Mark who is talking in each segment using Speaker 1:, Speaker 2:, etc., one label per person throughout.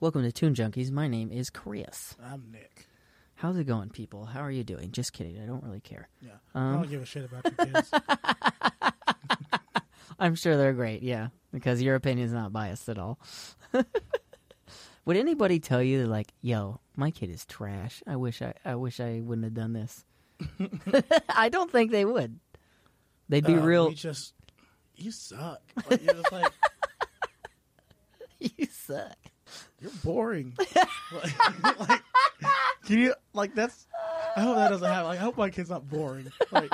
Speaker 1: Welcome to Toon Junkies. My name is Chris.
Speaker 2: I'm Nick.
Speaker 1: How's it going, people? How are you doing? Just kidding. I don't really care.
Speaker 2: Yeah.
Speaker 1: Um,
Speaker 2: I don't give a shit about your kids.
Speaker 1: I'm sure they're great, yeah, because your opinion's not biased at all. Would anybody tell you that, like, yo, my kid is trash? I wish I, I wish I wouldn't have done this. I don't think they would. They'd be
Speaker 2: Uh,
Speaker 1: real.
Speaker 2: You just, you suck. Like, you're just like,
Speaker 1: you suck.
Speaker 2: you're boring. like, like, can you, like, that's, I hope that doesn't happen. Like, I hope my kid's not boring. Like,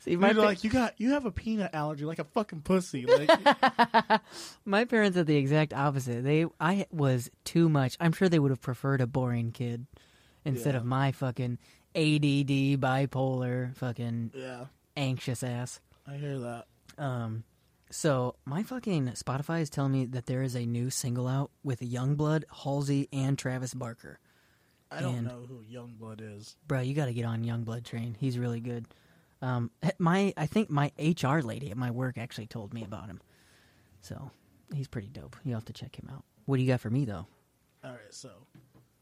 Speaker 1: See, my
Speaker 2: you're
Speaker 1: pa-
Speaker 2: like, you got, you have a peanut allergy, like a fucking pussy. Like,
Speaker 1: my parents are the exact opposite. They, I was too much. I'm sure they would have preferred a boring kid instead
Speaker 2: Yeah.
Speaker 1: of my fucking ADD bipolar fucking
Speaker 2: yeah,
Speaker 1: anxious ass.
Speaker 2: I hear that.
Speaker 1: Um, so my fucking Spotify is telling me that there is a new single out with Youngblood, Halsey, and Travis Barker.
Speaker 2: I don't
Speaker 1: And-
Speaker 2: know who Youngblood is.
Speaker 1: Bro, you got to get on Youngblood train. He's really good. Um, my I think my HR lady at my work actually told me about him. So he's pretty dope. You have to check him out. What do you got for me though?
Speaker 2: All right, so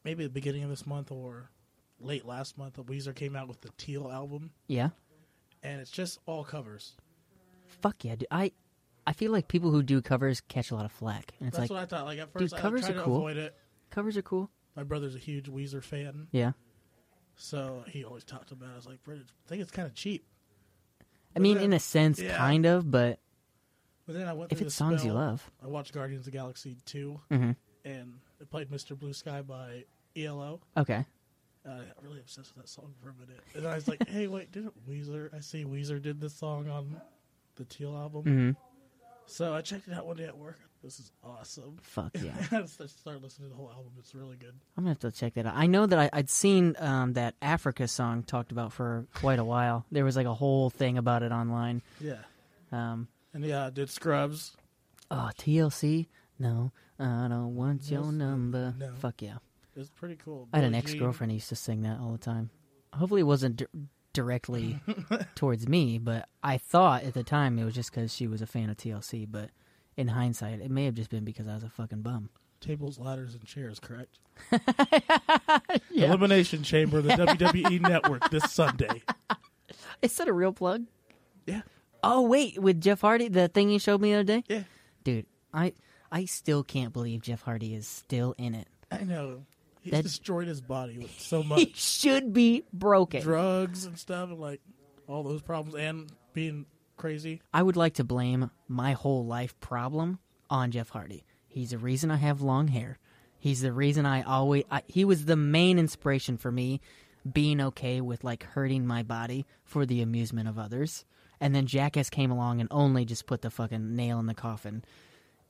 Speaker 2: maybe the beginning of this month or late last month, Weezer came out with the Teal album,
Speaker 1: Yeah,
Speaker 2: and it's just all covers.
Speaker 1: fuck yeah. Dude. I I feel like people who do covers catch a lot of flack, and it's
Speaker 2: That's
Speaker 1: like
Speaker 2: what I thought. Like at first, I
Speaker 1: covers
Speaker 2: tried
Speaker 1: are
Speaker 2: to
Speaker 1: cool.
Speaker 2: avoid it.
Speaker 1: covers are cool.
Speaker 2: My brother's a huge Weezer fan,
Speaker 1: Yeah,
Speaker 2: so he always talked about. it. I was like, "Bro, I think it's kind of cheap.
Speaker 1: I mean
Speaker 2: then-
Speaker 1: in a sense,
Speaker 2: yeah.
Speaker 1: kind of, but
Speaker 2: But then I went
Speaker 1: if
Speaker 2: through
Speaker 1: it's
Speaker 2: the
Speaker 1: songs you
Speaker 2: spell.
Speaker 1: love,
Speaker 2: I watched Guardians of the Galaxy 2
Speaker 1: Mhm.
Speaker 2: and it played "Mr. Blue Sky" by ELO.
Speaker 1: okay.
Speaker 2: And I got really obsessed with that song for a minute, and I was like, "Hey, wait, didn't Weezer? I see Weezer did this song on the Teal album."
Speaker 1: Mm-hmm.
Speaker 2: So I checked it out one day at work. This is awesome.
Speaker 1: Fuck yeah.
Speaker 2: I just started listening to the whole album. It's really good.
Speaker 1: I'm gonna have to check that out. I know that I, I'd seen um, that Africa song talked about for quite a while. There was like a whole thing about it online.
Speaker 2: Yeah,
Speaker 1: Um,
Speaker 2: and yeah, I did Scrubs.
Speaker 1: oh, TLC? No, I don't want your
Speaker 2: Yes,
Speaker 1: number.
Speaker 2: no.
Speaker 1: Fuck yeah.
Speaker 2: It's pretty cool.
Speaker 1: I had an
Speaker 2: Billie Jean.
Speaker 1: ex girlfriend who used to sing that all the time. Hopefully, it wasn't di- directly towards me, but I thought at the time it was just because she was a fan of TLC. But in hindsight, it may have just been because I was a fucking bum.
Speaker 2: Tables, ladders, and chairs. Correct.
Speaker 1: Yeah.
Speaker 2: Elimination Chamber, the WWE Network this Sunday.
Speaker 1: Is that a real plug?
Speaker 2: Yeah,
Speaker 1: Oh wait, with Jeff Hardy, the thing you showed me the other day.
Speaker 2: yeah.
Speaker 1: dude i i still can't believe jeff hardy is still in it
Speaker 2: I know. He's
Speaker 1: That-
Speaker 2: destroyed his body with so
Speaker 1: he
Speaker 2: much
Speaker 1: should be broken
Speaker 2: drugs and stuff, and like all those problems, and being crazy.
Speaker 1: i would like to blame my whole life problem on jeff hardy he's the reason i have long hair he's the reason i always I, he was the main inspiration for me being okay with like hurting my body for the amusement of others and then jackass came along and only just put the fucking nail in the coffin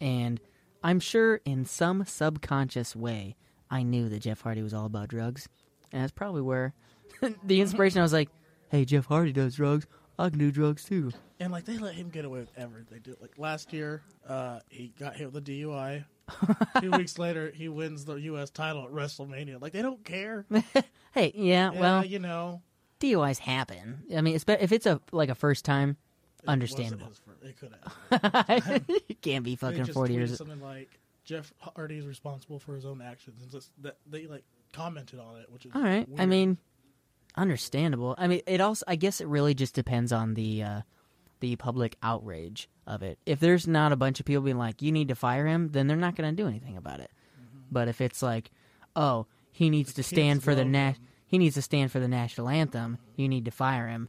Speaker 1: and I'm sure in some subconscious way, I knew that Jeff Hardy was all about drugs, and that's probably where the inspiration. I was like, "Hey, Jeff Hardy does drugs. I can do drugs too."
Speaker 2: And like they let him get away with everything. They do like last year, uh, he got hit with a DUI. Two weeks later, he wins the U.S. title at WrestleMania. Like they don't care.
Speaker 1: Hey, yeah, well,
Speaker 2: yeah, you know,
Speaker 1: DUIs happen. I mean, espe- if it's a like a first time, understandable.
Speaker 2: It could have.
Speaker 1: it can't be
Speaker 2: They
Speaker 1: fucking
Speaker 2: just
Speaker 1: forty
Speaker 2: tweeted
Speaker 1: years.
Speaker 2: Something like Jeff Hardy is responsible for his own actions, and just that they like commented on it, which is
Speaker 1: All right. I
Speaker 2: weird.
Speaker 1: mean, understandable. I mean, it also. I guess it really just depends on the uh, the public outrage of it. If there's not a bunch of people being like, "You need to fire him," then they're not going to do anything about it. But if it's like, "Oh, he needs to
Speaker 2: Mm-hmm. kids
Speaker 1: stand for the
Speaker 2: love
Speaker 1: na-
Speaker 2: him.
Speaker 1: he needs to stand for the national anthem. You need to fire him."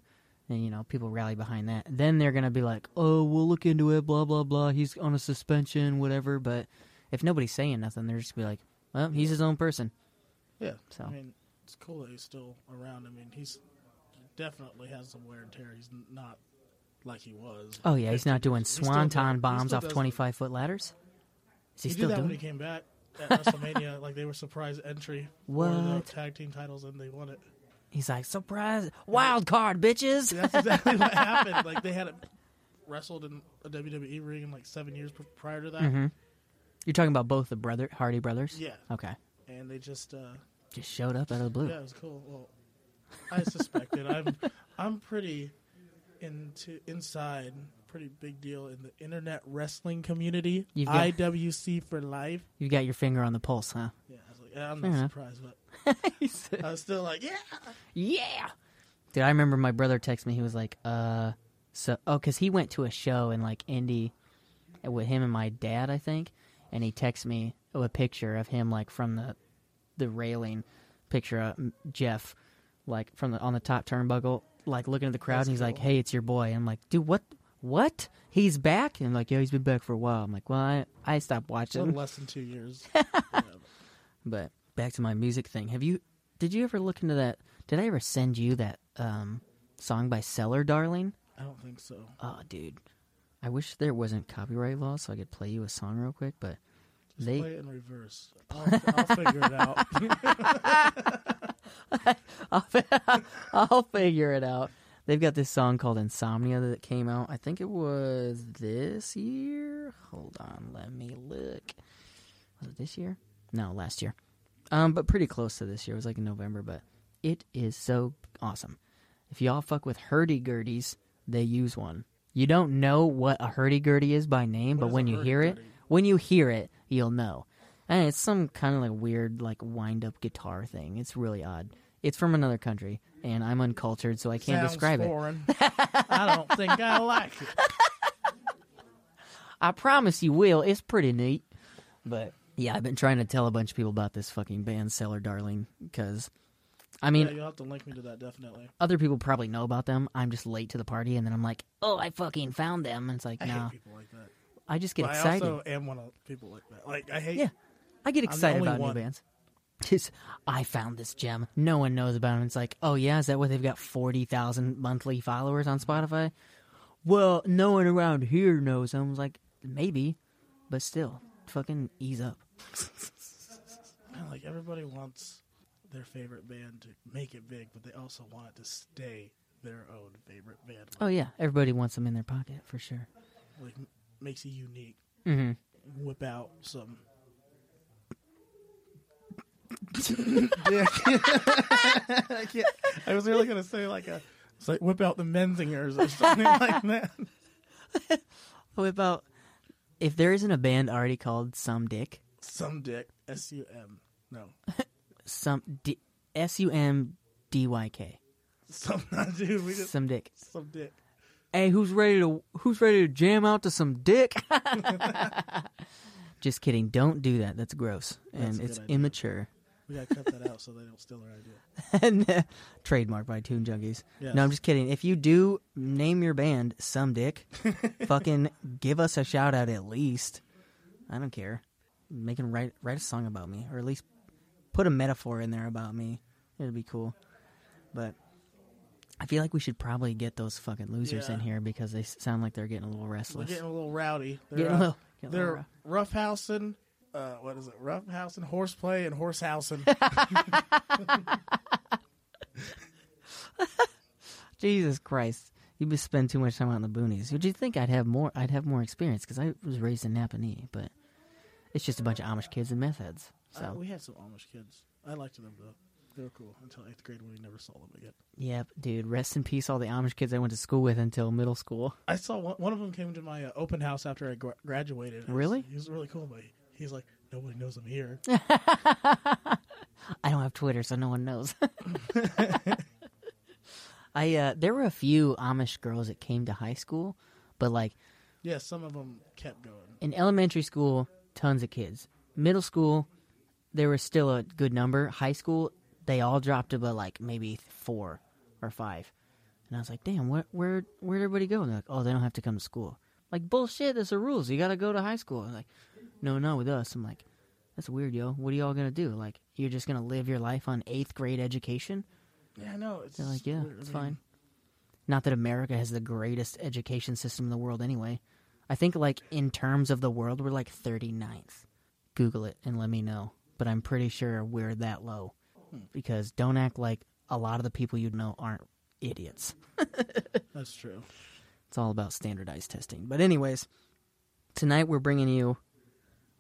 Speaker 1: And you know, people rally behind that. Then they're gonna be like, "Oh, we'll look into it." Blah blah blah. He's on a suspension, whatever. But if nobody's saying nothing, they're just gonna be like, "Well, he's his own person."
Speaker 2: yeah.
Speaker 1: so.
Speaker 2: I mean, it's cool that he's still around. I mean, he's definitely has some wear and tear. He's n- not like he was.
Speaker 1: Oh yeah, he's not doing
Speaker 2: still does-
Speaker 1: swanton
Speaker 2: he
Speaker 1: bombs
Speaker 2: still
Speaker 1: off
Speaker 2: does-
Speaker 1: twenty five foot ladders. Is he,
Speaker 2: He
Speaker 1: still
Speaker 2: did that
Speaker 1: doing?
Speaker 2: when he came back at WrestleMania. like they were surprise entry for the
Speaker 1: What?
Speaker 2: tag team titles, and they won it.
Speaker 1: He's like surprise wild card bitches.
Speaker 2: That's exactly what happened. Like they had it wrestled in a WWE ring in like seven years p- prior to that,
Speaker 1: Mm-hmm. You're talking about both the brother Hardy brothers.
Speaker 2: Yeah.
Speaker 1: Okay.
Speaker 2: and they just. uh
Speaker 1: Just showed up out of the blue.
Speaker 2: Yeah, it was cool. Well, I suspected. I'm I'm pretty into inside pretty big deal in the internet wrestling community.
Speaker 1: You've got-
Speaker 2: IWC for life.
Speaker 1: You got your finger on the pulse, huh?
Speaker 2: Yeah, I was like, yeah, I'm
Speaker 1: Fair
Speaker 2: not
Speaker 1: enough.
Speaker 2: surprised, but
Speaker 1: He said,
Speaker 2: I was still like, yeah.
Speaker 1: yeah. Dude, I remember my brother texted me. He was like, uh, so, oh, because he went to a show in like Indy with him and my dad, I think. And he texted me a picture of him like from the the railing picture of Jeff, like from the on the top turnbuckle, like looking at the crowd.
Speaker 2: That's
Speaker 1: and he's like,
Speaker 2: cool.
Speaker 1: hey, it's your boy. And I'm like, dude, what? What? He's back? And I'm like, yeah, he's been back for a while. I'm like, well, I, I stopped
Speaker 2: So
Speaker 1: watching.
Speaker 2: less than two years. Yeah, but-
Speaker 1: But back to my music thing. Have you? Did you ever look into that? Did I ever send you that um, song by Cellar Darling?
Speaker 2: I don't think so.
Speaker 1: Oh, dude, I wish there wasn't copyright law so I could play you a song real quick. But
Speaker 2: Just
Speaker 1: They-
Speaker 2: play it in reverse. I'll, I'll figure it out.
Speaker 1: I'll, I'll figure it out. They've got this song called Insomnia that came out. I think it was this year. Hold on, let me look. Was it this year? No, last year. Um, but pretty close to this year. It was like in November, but it is so awesome. If y'all fuck with hurdy gurdies, they use one. You don't know what a hurdy gurdy is by name,
Speaker 2: What
Speaker 1: but
Speaker 2: is a
Speaker 1: when you hear it,
Speaker 2: hurdy-gurdy?
Speaker 1: when you hear it, you'll know. And it's some kind of like weird like wind up guitar thing. It's really odd. It's from another country, and I'm uncultured, so I can't
Speaker 2: Sounds
Speaker 1: describe it.
Speaker 2: foreign. I don't think I like it.
Speaker 1: I promise you will. It's pretty neat. But yeah, I've been trying to tell a bunch of people about this fucking band, Cellar Darling, because I mean,
Speaker 2: Yeah, you'll have to link me to that definitely.
Speaker 1: other people probably know about them. I'm just late to the party, and then I'm like, oh, I fucking found them. And it's like,
Speaker 2: I
Speaker 1: no,
Speaker 2: hate people like that.
Speaker 1: I just get
Speaker 2: but
Speaker 1: excited.
Speaker 2: I also am one of people like that. Like I hate.
Speaker 1: Yeah. I get
Speaker 2: the
Speaker 1: excited
Speaker 2: only
Speaker 1: about
Speaker 2: one.
Speaker 1: new bands. Just, I found this gem. No one knows about them. It's like, oh yeah, is that what they've got forty thousand monthly followers on Spotify? Well, no one around here knows them. I was like, maybe, but still, fucking ease up.
Speaker 2: kinda Like everybody wants their favorite band to make it big, but they also want it to stay their own favorite band.
Speaker 1: Oh yeah, everybody wants them in their pocket for sure.
Speaker 2: Like m- makes it unique.
Speaker 1: Mm-hmm.
Speaker 2: Whip out some. I, can't, I was really gonna say like a. It's like whip out the Menzingers or something like that.
Speaker 1: What about Oh, if there isn't a band already called Some Dick?
Speaker 2: Some dick. S U M. No.
Speaker 1: Some D S U M D Y K.
Speaker 2: Some dude. We just
Speaker 1: Some Dick.
Speaker 2: some dick.
Speaker 1: hey who's ready to who's ready to jam out to some dick just kidding don't do that that's gross
Speaker 2: That's
Speaker 1: and
Speaker 2: a
Speaker 1: it's
Speaker 2: good idea.
Speaker 1: immature
Speaker 2: We gotta cut that out so they don't steal our idea.
Speaker 1: and uh, trademarked by Toon Junkies.
Speaker 2: Yes.
Speaker 1: No, I'm just kidding. If you do name your band some dick, fucking give us a shout out at least. I don't care. Make him write write a song about me, or at least put a metaphor in there about me. It'd be cool. But I feel like we should probably get those fucking losers in
Speaker 2: Yeah.
Speaker 1: here because they s- sound like they're getting a little
Speaker 2: We're
Speaker 1: restless.
Speaker 2: getting a little rowdy. They're,
Speaker 1: Getting a
Speaker 2: uh,
Speaker 1: little- getting a little
Speaker 2: they're roughhousing. Uh, what is it? Roughhousing, horseplay, and horsehousing.
Speaker 1: Jesus Christ. You just spend too much time out in the boonies. Would you think I'd have more? I'd have more experience because I was raised in Napanee, but it's just a bunch of Amish kids and meth heads. So
Speaker 2: Uh, we had some Amish kids. I liked them though. They were cool until eighth grade when we never saw them again.
Speaker 1: yep, dude. Rest in peace, all the Amish kids I went to school with until middle school.
Speaker 2: I saw one, one of them came to my uh, open house after I gra- graduated. I was-
Speaker 1: Really?
Speaker 2: He was really cool, but he, he's like, nobody knows I'm here.
Speaker 1: I don't have Twitter, so no one knows. I uh, there were a few Amish girls that came to high school, but like
Speaker 2: yeah, some of them kept going.
Speaker 1: in elementary school, tons of kids. Middle school, there was still a good number. High school, they all dropped to but like maybe four or five. And I was like, damn, where where where'd everybody go? And they're like, oh, they don't have to come to school. Like bullshit, that's the rules. You gotta go to high school. I'm like, no, not with us. I'm like, that's weird, yo. What are y'all gonna do? Like, you're just gonna live your life on eighth grade education?
Speaker 2: Yeah, I know. It's
Speaker 1: They're like,
Speaker 2: just
Speaker 1: yeah,
Speaker 2: weird. I
Speaker 1: it's
Speaker 2: mean,
Speaker 1: fine. Not that America has the greatest education system in the world anyway. I think, like, in terms of the world, we're like 39th. Google it and let me know. But I'm pretty sure we're that low. Because don't act like a lot of the people you know aren't idiots.
Speaker 2: That's true.
Speaker 1: It's all about standardized testing. But, anyways, tonight we're bringing you.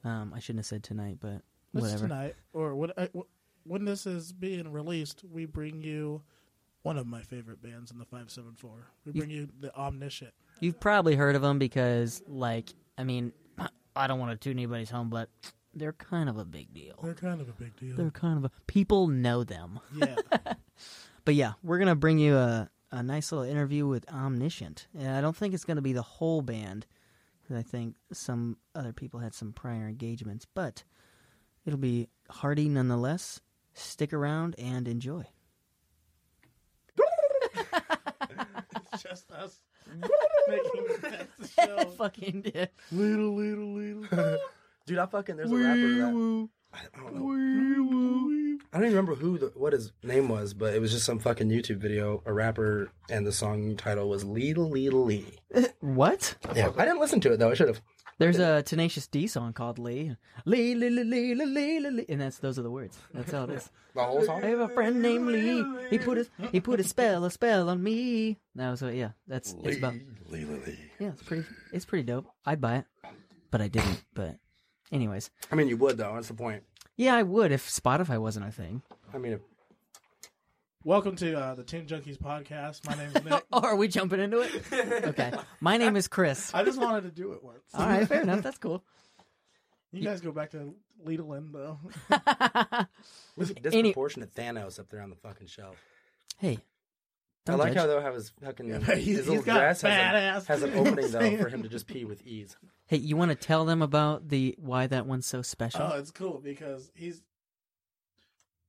Speaker 1: Um, I shouldn't have said tonight, but
Speaker 2: This
Speaker 1: whatever.
Speaker 2: tonight, or what, I, wh- when this is being released, we bring you one of my favorite bands in the 574. We bring you the Omniscient.
Speaker 1: You've probably heard of them because, like, I mean, I don't want to toot anybody's home, but they're kind of a big deal.
Speaker 2: They're kind of a big deal.
Speaker 1: They're kind of a people know them.
Speaker 2: yeah.
Speaker 1: But yeah, we're gonna bring you a a nice little interview with Omniscient, and I don't think it's gonna be the whole band because I think some other people had some prior engagements, but it'll be hearty nonetheless. Stick around and enjoy.
Speaker 2: it's just us making the show.
Speaker 1: Fucking did.
Speaker 2: Little, little, little.
Speaker 3: Dude, I fucking there's a rapper that I don't know. I don't even remember who the, what his name was, but it was just some fucking YouTube video, a rapper, and the song title was Leedle Leedle Lee.
Speaker 1: What?
Speaker 3: Yeah, I didn't listen to it though. I should have.
Speaker 1: There's a Tenacious D song called Lee. Lee, Lee, Lee, Lee, Lee, Lee, Lee, Lee. And that's, those are the words. That's how it is.
Speaker 3: The whole
Speaker 1: I
Speaker 3: song.
Speaker 1: have a friend named Lee. He put a, he put a spell, a spell on me. No, so yeah, that's, it's about, yeah, it's pretty, it's pretty dope. I'd buy it, but I didn't. But anyways,
Speaker 3: I mean, you would though. That's the point.
Speaker 1: yeah, I would if Spotify wasn't a thing.
Speaker 3: I mean, if,
Speaker 2: Welcome to uh, the Tin Junkies podcast. My name's Nick.
Speaker 1: Oh, are we jumping into it? Okay. My name is Chris.
Speaker 2: I just wanted to do it once.
Speaker 1: All right, fair enough. That's cool.
Speaker 2: Uh, You guys go back to Lidlin though.
Speaker 3: there's a disproportionate Thanos up there on the fucking shelf.
Speaker 1: Hey,
Speaker 3: I
Speaker 1: don't
Speaker 3: like
Speaker 1: judge.
Speaker 3: how though how his fucking
Speaker 2: but he's-
Speaker 3: his little
Speaker 2: he's got
Speaker 3: dress has,
Speaker 2: badass-
Speaker 3: a, has an
Speaker 2: you know what I'm
Speaker 3: opening though
Speaker 2: saying?
Speaker 3: for him to just pee with ease.
Speaker 1: Hey, you want to tell them about the why that one's so special?
Speaker 2: Oh, it's cool because he's.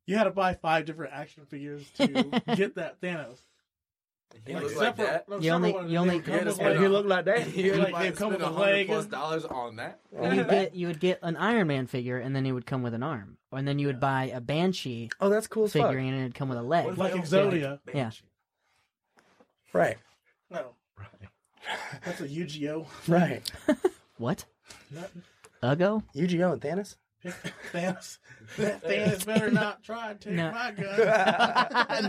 Speaker 2: You had to buy five different action figures to get that Thanos.
Speaker 3: He
Speaker 4: Like,
Speaker 3: looks
Speaker 2: except
Speaker 3: like
Speaker 2: for-
Speaker 3: that.
Speaker 2: no,
Speaker 1: You
Speaker 2: except for
Speaker 1: only-
Speaker 2: one of
Speaker 1: you
Speaker 2: them,
Speaker 1: only-
Speaker 2: they come
Speaker 1: Yeah,
Speaker 2: with,
Speaker 4: that's
Speaker 2: like,
Speaker 3: he looked like that.
Speaker 4: You
Speaker 2: Like,
Speaker 4: like,
Speaker 2: they
Speaker 4: like
Speaker 2: come with
Speaker 4: spend
Speaker 2: a
Speaker 4: a
Speaker 2: leg
Speaker 4: hundred plus
Speaker 2: and-
Speaker 4: dollars on that.
Speaker 1: And you'd get you would get an Iron Man figure, and then you would come with an arm, and then you would buy a Banshee
Speaker 3: Oh, that's cool as fuck.
Speaker 1: figurine, and it'd come with a leg.
Speaker 2: Like Exodia.
Speaker 1: Yeah.
Speaker 3: Right.
Speaker 2: No. That's a Yu-Gi-Oh.
Speaker 3: Right.
Speaker 1: What? Ugo?
Speaker 3: UGO and Thanos.
Speaker 2: Thanos. Thanos better not try and take
Speaker 1: No.
Speaker 2: my gun.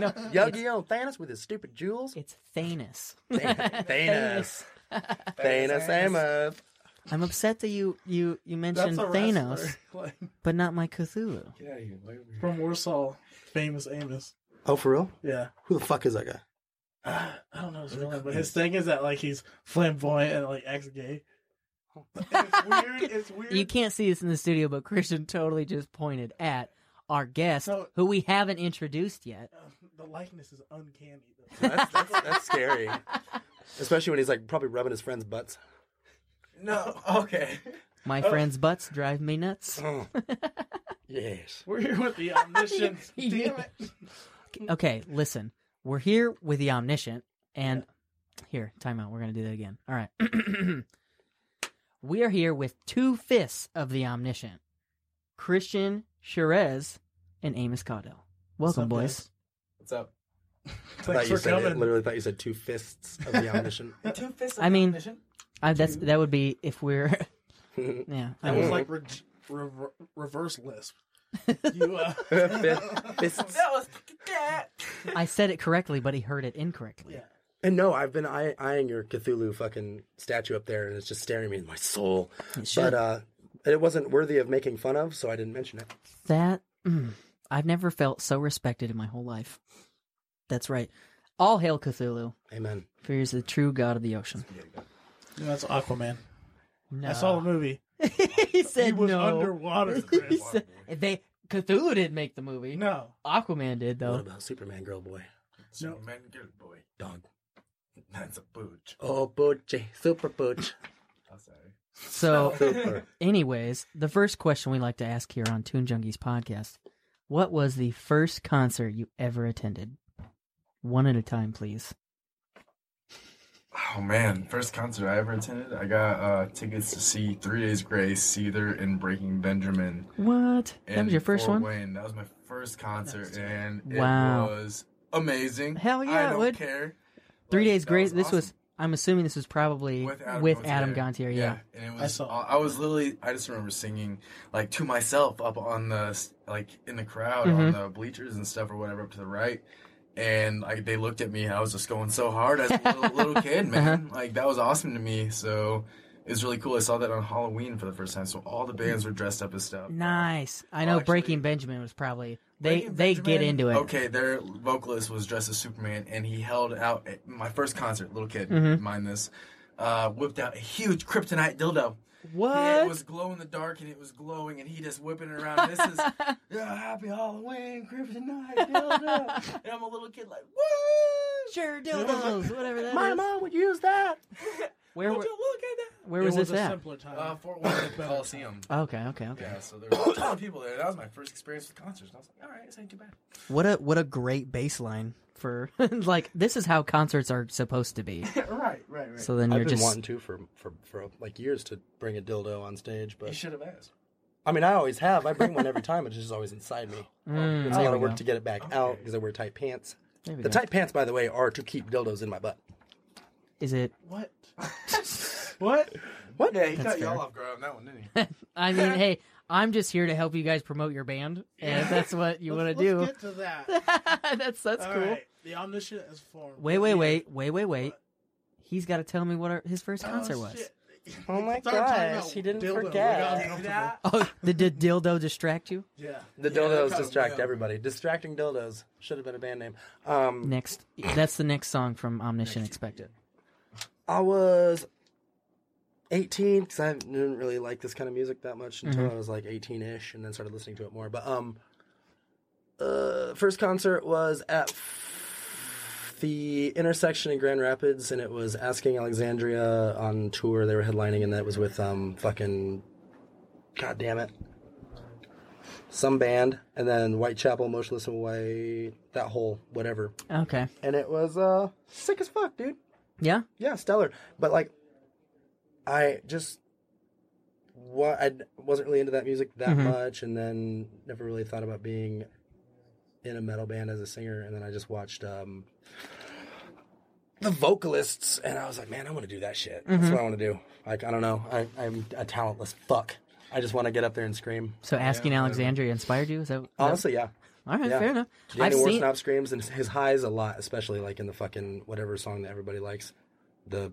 Speaker 1: no,
Speaker 3: Yu-Gi-Oh and Thanos with his stupid jewels.
Speaker 1: it's Thanos.
Speaker 3: Thanos. Thanos Amos.
Speaker 1: I'm upset that you you you mentioned
Speaker 2: a
Speaker 1: Thanos,
Speaker 2: wrestler. Like,
Speaker 1: but not my Cthulhu.
Speaker 2: from Warsaw, famous Amos.
Speaker 3: Oh, for real?
Speaker 2: Yeah.
Speaker 3: Who the fuck is that guy?
Speaker 2: I don't know his real name, but his thing is that like he's flamboyant and like ex-gay. It's weird. It's weird.
Speaker 1: You can't see this in the studio, but Christian totally just pointed at our guest,
Speaker 2: So-
Speaker 1: who we haven't introduced yet.
Speaker 2: Uh, the likeness is uncanny. Though.
Speaker 3: That's, that's, that's scary. Especially when he's like probably rubbing his friends' butts.
Speaker 4: No, okay.
Speaker 1: My friend's butts drive me nuts.
Speaker 3: Oh. yes.
Speaker 2: We're here with the omniscient. Damn it!
Speaker 1: Okay, listen. We're here with the omniscient, and here, time out. We're gonna do that again. All right. we are here with two fifths of the omniscient, Christian Sherez and Amos Caudell. Welcome,
Speaker 2: up,
Speaker 1: boys.
Speaker 2: guys?
Speaker 4: What's up?
Speaker 3: Thought
Speaker 2: Thanks
Speaker 3: you
Speaker 2: for
Speaker 3: said, it-
Speaker 2: coming.
Speaker 3: literally thought you said two fists of the omniscient.
Speaker 4: Two fists.
Speaker 1: I mean, I, that's that would be if we're yeah.
Speaker 2: That
Speaker 1: I
Speaker 2: was
Speaker 1: would-
Speaker 2: like re- re- reverse lisp. You uh,
Speaker 3: Fist- fists.
Speaker 4: was that.
Speaker 1: I said it correctly, but he heard it incorrectly.
Speaker 2: Yeah.
Speaker 3: And no, I've been eye- eyeing your Cthulhu fucking statue up there, and it's just staring me in my soul.
Speaker 1: It should.
Speaker 3: But uh, it wasn't worthy of making fun of, so I didn't mention it.
Speaker 1: That mm, I've never felt so respected in my whole life. That's right. All hail Cthulhu,
Speaker 3: Amen.
Speaker 1: for he is the true god of the ocean.
Speaker 2: no, that's Aquaman.
Speaker 1: No.
Speaker 2: I saw the movie.
Speaker 1: he said
Speaker 2: He was
Speaker 1: no.
Speaker 2: underwater.
Speaker 1: He
Speaker 2: Chris.
Speaker 1: said- they Cthulhu didn't make the movie.
Speaker 2: no,
Speaker 1: Aquaman did
Speaker 3: What
Speaker 1: though.
Speaker 3: about Superman, girl, boy,
Speaker 2: No.
Speaker 4: Man, good boy.
Speaker 3: dog?
Speaker 4: That's a booch.
Speaker 3: Oh, boochie, super booch,
Speaker 4: I'm sorry.
Speaker 1: So,
Speaker 3: Oh, super.
Speaker 1: anyways, the first question we like to ask here on Toon Junkies podcast: What was the first concert you ever attended? One at a time, please.
Speaker 4: Oh man, first concert I ever attended. I got uh, tickets to see Three Days Grace, Seether, and Breaking Benjamin.
Speaker 1: What? that
Speaker 4: in
Speaker 1: was your first
Speaker 4: Fort
Speaker 1: one.
Speaker 4: Wayne. That was my first concert, and
Speaker 1: Wow.
Speaker 4: it was amazing.
Speaker 1: Hell yeah,
Speaker 4: I
Speaker 1: it
Speaker 4: don't
Speaker 1: would.
Speaker 4: care.
Speaker 1: Three
Speaker 4: Like,
Speaker 1: Days
Speaker 4: that
Speaker 1: Grace. This
Speaker 4: awesome.
Speaker 1: was. I'm assuming this was probably with Adam, Gontier. Yeah.
Speaker 4: and it was.
Speaker 2: I
Speaker 4: I
Speaker 2: saw-
Speaker 4: I was literally. I just remember singing like to myself up on the s- like in the crowd
Speaker 1: Mhm.
Speaker 4: on the bleachers and stuff or whatever up to the right, and like they looked at me and I was just going so hard as a little, little kid, man.
Speaker 1: Uh-huh.
Speaker 4: Like that was awesome to me. So. It was really cool. I saw that on Halloween for the first time, so all the bands were dressed up as stuff.
Speaker 1: Nice. I
Speaker 4: Oh,
Speaker 1: know
Speaker 4: actually-
Speaker 1: Breaking Benjamin was probably they
Speaker 4: Breaking
Speaker 1: they
Speaker 4: Benjamin,
Speaker 1: get into it.
Speaker 4: Okay, their vocalist was dressed as Superman, and he held out at my first eh, concert, little kid,
Speaker 1: Mhm.
Speaker 4: mind this. uh, whipped out a huge kryptonite dildo.
Speaker 1: What?
Speaker 4: Yeah, it was glow in the dark and it was glowing, and he just whipping it around. This is yeah, happy Halloween, kryptonite dildo. and I'm a little kid like, woo!
Speaker 1: sure dildos, whatever that is.
Speaker 3: My mom would use that.
Speaker 1: Where
Speaker 4: Would
Speaker 1: were-
Speaker 4: you look at that?
Speaker 1: where was
Speaker 2: it was
Speaker 1: this
Speaker 2: a
Speaker 1: at?
Speaker 2: simpler time.
Speaker 4: Uh, Fort Worth Coliseum.
Speaker 1: Okay, okay, okay.
Speaker 4: Yeah, so there were a ton of people there. That was my first experience with concerts. And I was like, all right, this ain't too bad.
Speaker 1: What a what a great baseline for like this is how concerts are supposed to be.
Speaker 4: right, right, right.
Speaker 1: So then
Speaker 3: I've
Speaker 1: you're
Speaker 3: been
Speaker 1: just
Speaker 3: wanting to for, for for like years to bring a dildo on stage,
Speaker 4: you
Speaker 3: but
Speaker 4: should have asked.
Speaker 3: I mean, I always have. I bring one every time. It's just always inside me. it's a
Speaker 1: there
Speaker 3: lot
Speaker 1: we
Speaker 3: of work
Speaker 1: go.
Speaker 3: to get it back out 'cause out because I wear tight pants.
Speaker 1: mm, There we
Speaker 3: The
Speaker 1: go.
Speaker 3: tight pants, by the way, are to keep dildos in my butt.
Speaker 1: is it?
Speaker 2: what?
Speaker 4: What?
Speaker 3: What?
Speaker 4: Yeah, he cut
Speaker 1: fair.
Speaker 4: y'all off guard on that one, didn't he?
Speaker 1: I mean, hey, I'm just here to help you guys promote your band, and if that's what you want
Speaker 2: Let's-
Speaker 1: to do.
Speaker 2: Let's get to that.
Speaker 1: that's that's
Speaker 2: All
Speaker 1: cool.
Speaker 2: right. The omniscient is formed.
Speaker 1: Wait, wait, wait, wait, wait, wait. He's got to tell me what our, his first concert was.
Speaker 3: Oh
Speaker 2: Sorry,
Speaker 3: my
Speaker 2: I'm talking about
Speaker 3: gosh, he didn't
Speaker 2: dildo. We got
Speaker 3: forget.
Speaker 2: uncomfortable.
Speaker 1: Oh, did, did dildo distract you?
Speaker 2: Yeah.
Speaker 3: The
Speaker 4: Yeah, they
Speaker 3: dildos
Speaker 4: cut 'em
Speaker 3: distract
Speaker 4: down.
Speaker 3: everybody. Distracting dildos should have been a band name. Um,
Speaker 1: Next, that's the next song from Omniscient Expected.
Speaker 3: I was 18 because I didn't really like this kind of music that much until I was like 18 ish and then started listening to it more. But um, uh, first concert was at f- the intersection in Grand Rapids and it was Asking Alexandria on tour. They were headlining and that was with um, fucking, god damn it. Some band, and then Whitechapel, Motionless in White, that whole whatever,
Speaker 1: Okay,
Speaker 3: and it was uh sick as fuck, dude
Speaker 1: yeah,
Speaker 3: yeah, stellar. But like, I just what I wasn't really into that music that
Speaker 1: Mm-hmm.
Speaker 3: much, and then never really thought about being in a metal band as a singer. And then I just watched um, the vocalists, and I was like, man, I want to do that shit. That's
Speaker 1: Mm-hmm.
Speaker 3: what I want to do. Like, I don't know, I, I'm a talentless fuck. I just want to get up there and scream.
Speaker 1: So asking Alexandria inspired you? Is that,
Speaker 3: Honestly, yeah.
Speaker 1: all right?
Speaker 3: yeah.
Speaker 1: Fair enough.
Speaker 3: Danny
Speaker 1: I've seen.
Speaker 3: Warsnop screams and his highs a lot, especially like in the fucking whatever song that everybody likes, the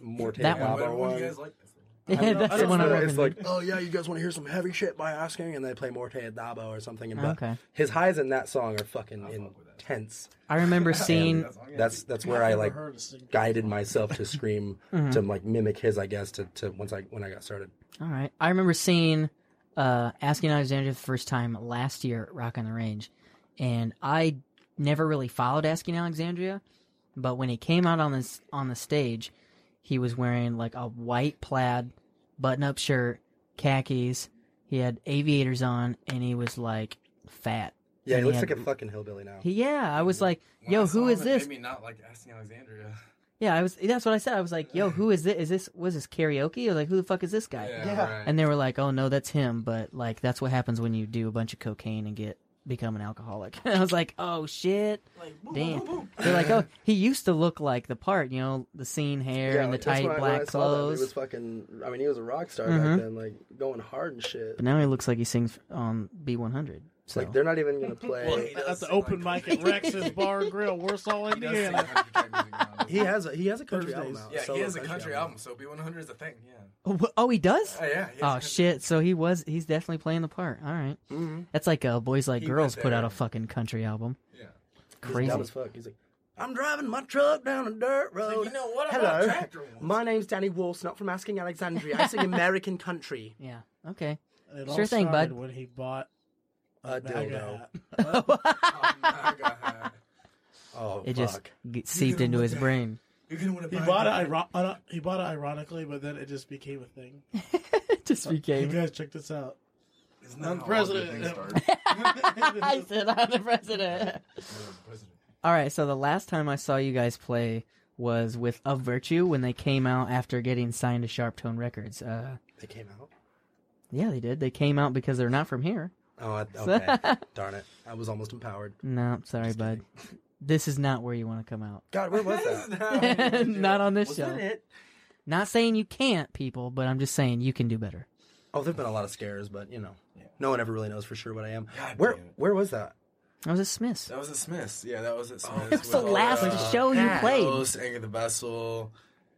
Speaker 3: Morte
Speaker 1: That one.
Speaker 4: Why
Speaker 3: Alba
Speaker 4: don't
Speaker 3: one.
Speaker 4: you guys like this?
Speaker 1: that's the
Speaker 3: It's,
Speaker 1: one
Speaker 3: the-
Speaker 1: I'm
Speaker 3: it's
Speaker 1: referencing.
Speaker 3: like, oh yeah, you guys want to hear some heavy shit by asking, and they play Morte Adabo or something. And but
Speaker 1: Okay.
Speaker 3: his highs in that song are fucking intense.
Speaker 1: I remember seeing.
Speaker 3: That's that's where I
Speaker 2: Never
Speaker 3: like
Speaker 2: heard a sing-
Speaker 3: guided myself to scream
Speaker 1: Mm-hmm.
Speaker 3: to like mimic his, I guess, to, to once I when I got started.
Speaker 1: All right. I remember seeing uh, Asking Alexandria the first time last year at Rock on the Range, and I never really followed Asking Alexandria, but when he came out on this on the stage, he was wearing like a white plaid button-up shirt, khakis. He had aviators on, and he was like fat.
Speaker 3: Yeah, he
Speaker 1: And
Speaker 3: looks
Speaker 1: had-
Speaker 3: like a fucking hillbilly now.
Speaker 1: He- yeah, I was like,
Speaker 4: When I
Speaker 1: "Yo,
Speaker 4: saw
Speaker 1: who
Speaker 4: him,
Speaker 1: is
Speaker 4: it
Speaker 1: this?"
Speaker 4: Made me not like asking Alexandria.
Speaker 1: Yeah, I was. That's what I said. I was like, "Yo, who is this? Is this was this karaoke? Or like, who the fuck is this guy?"
Speaker 3: Yeah.
Speaker 4: right.
Speaker 1: And they were like, "Oh no, that's him." But like, that's what happens when you do a bunch of cocaine and get become an alcoholic. I was like, "Oh shit,
Speaker 4: Like, boom,
Speaker 1: damn."
Speaker 4: boom, boom, boom.
Speaker 1: They're like, "Oh, he used to look like the part, you know, the scene hair
Speaker 3: yeah,
Speaker 1: and the
Speaker 3: like, that's
Speaker 1: tight
Speaker 3: when I- when I
Speaker 1: black
Speaker 3: saw them,
Speaker 1: clothes." Mm-hmm.
Speaker 3: He was fucking. I mean, he was a rock star back then, like going hard and shit.
Speaker 1: But now he looks like he sings on B100. So
Speaker 3: Like they're not even gonna
Speaker 4: Well,
Speaker 3: play.
Speaker 4: he does
Speaker 2: At the
Speaker 4: sing
Speaker 2: open
Speaker 4: like-
Speaker 2: mic at Rex's Bar and Grill, Warsaw,
Speaker 4: He does sing
Speaker 2: Indiana.
Speaker 4: 100% music now, doesn't
Speaker 3: He
Speaker 4: he?
Speaker 3: has a he has a country
Speaker 2: Thursdays.
Speaker 3: album out.
Speaker 4: Yeah,
Speaker 3: solo
Speaker 4: he has a country album, so B100 is a thing. Yeah.
Speaker 1: oh, wh- oh, he does.
Speaker 4: Oh, yeah. he has a
Speaker 1: Oh
Speaker 4: country-
Speaker 1: shit! So he was—he's definitely playing the part. All right.
Speaker 3: Mm-hmm.
Speaker 1: that's like uh, boys like
Speaker 4: He
Speaker 1: girls
Speaker 4: went
Speaker 1: put out
Speaker 4: there.
Speaker 1: a fucking country album.
Speaker 4: Yeah.
Speaker 1: Crazy.
Speaker 3: Dumb as fuck. He's like, I'm driving my truck down a dirt road.
Speaker 4: you know what? I'm not a
Speaker 3: Hello,
Speaker 4: tractor one."
Speaker 3: my name's Danny Walsh, not from Asking Alexandria. I sing American country.
Speaker 1: Yeah. Okay.
Speaker 2: It
Speaker 1: Sure
Speaker 2: all
Speaker 1: thing,
Speaker 2: started
Speaker 1: bud.
Speaker 2: When he bought
Speaker 3: A dildo.
Speaker 2: Mega
Speaker 4: Oh, my God.
Speaker 3: Oh,
Speaker 1: It just
Speaker 3: fuck.
Speaker 1: g- seeped into his brain.
Speaker 4: You're going to want to
Speaker 2: He
Speaker 4: buy
Speaker 2: bought it.
Speaker 4: that.
Speaker 2: Iro- uh, he bought it ironically, but then it just became a thing.
Speaker 1: It just
Speaker 2: Hey
Speaker 1: became.
Speaker 2: guys, check this out.
Speaker 4: It's not how
Speaker 2: president.
Speaker 4: all good things start.
Speaker 1: I said I'm the president. All right, so the last time I saw you guys play was with Of Virtue when they came out after getting signed to Sharp Tone Records. Uh,
Speaker 3: They came out.
Speaker 1: yeah, they did. They came out because they're not from here.
Speaker 3: Oh, I, okay. Darn it. I was almost empowered.
Speaker 1: No, sorry, bud. This is not where you want to come out.
Speaker 3: God, where was that?
Speaker 1: not on this
Speaker 3: was
Speaker 1: show.
Speaker 3: that it?
Speaker 1: Not saying you can't, people, but I'm just saying you can do better.
Speaker 3: Oh, there've been a lot of scares, but you know, no one ever really knows for sure what I am.
Speaker 4: God
Speaker 3: where
Speaker 4: damn it.
Speaker 3: where was that?
Speaker 1: I was at Smith's.
Speaker 4: That was at Smith's. Yeah, that was at Smith's.
Speaker 1: That was the
Speaker 4: with all
Speaker 1: last
Speaker 4: the,
Speaker 1: show you
Speaker 4: uh,
Speaker 1: played.
Speaker 4: Ghost, Anger the Vessel,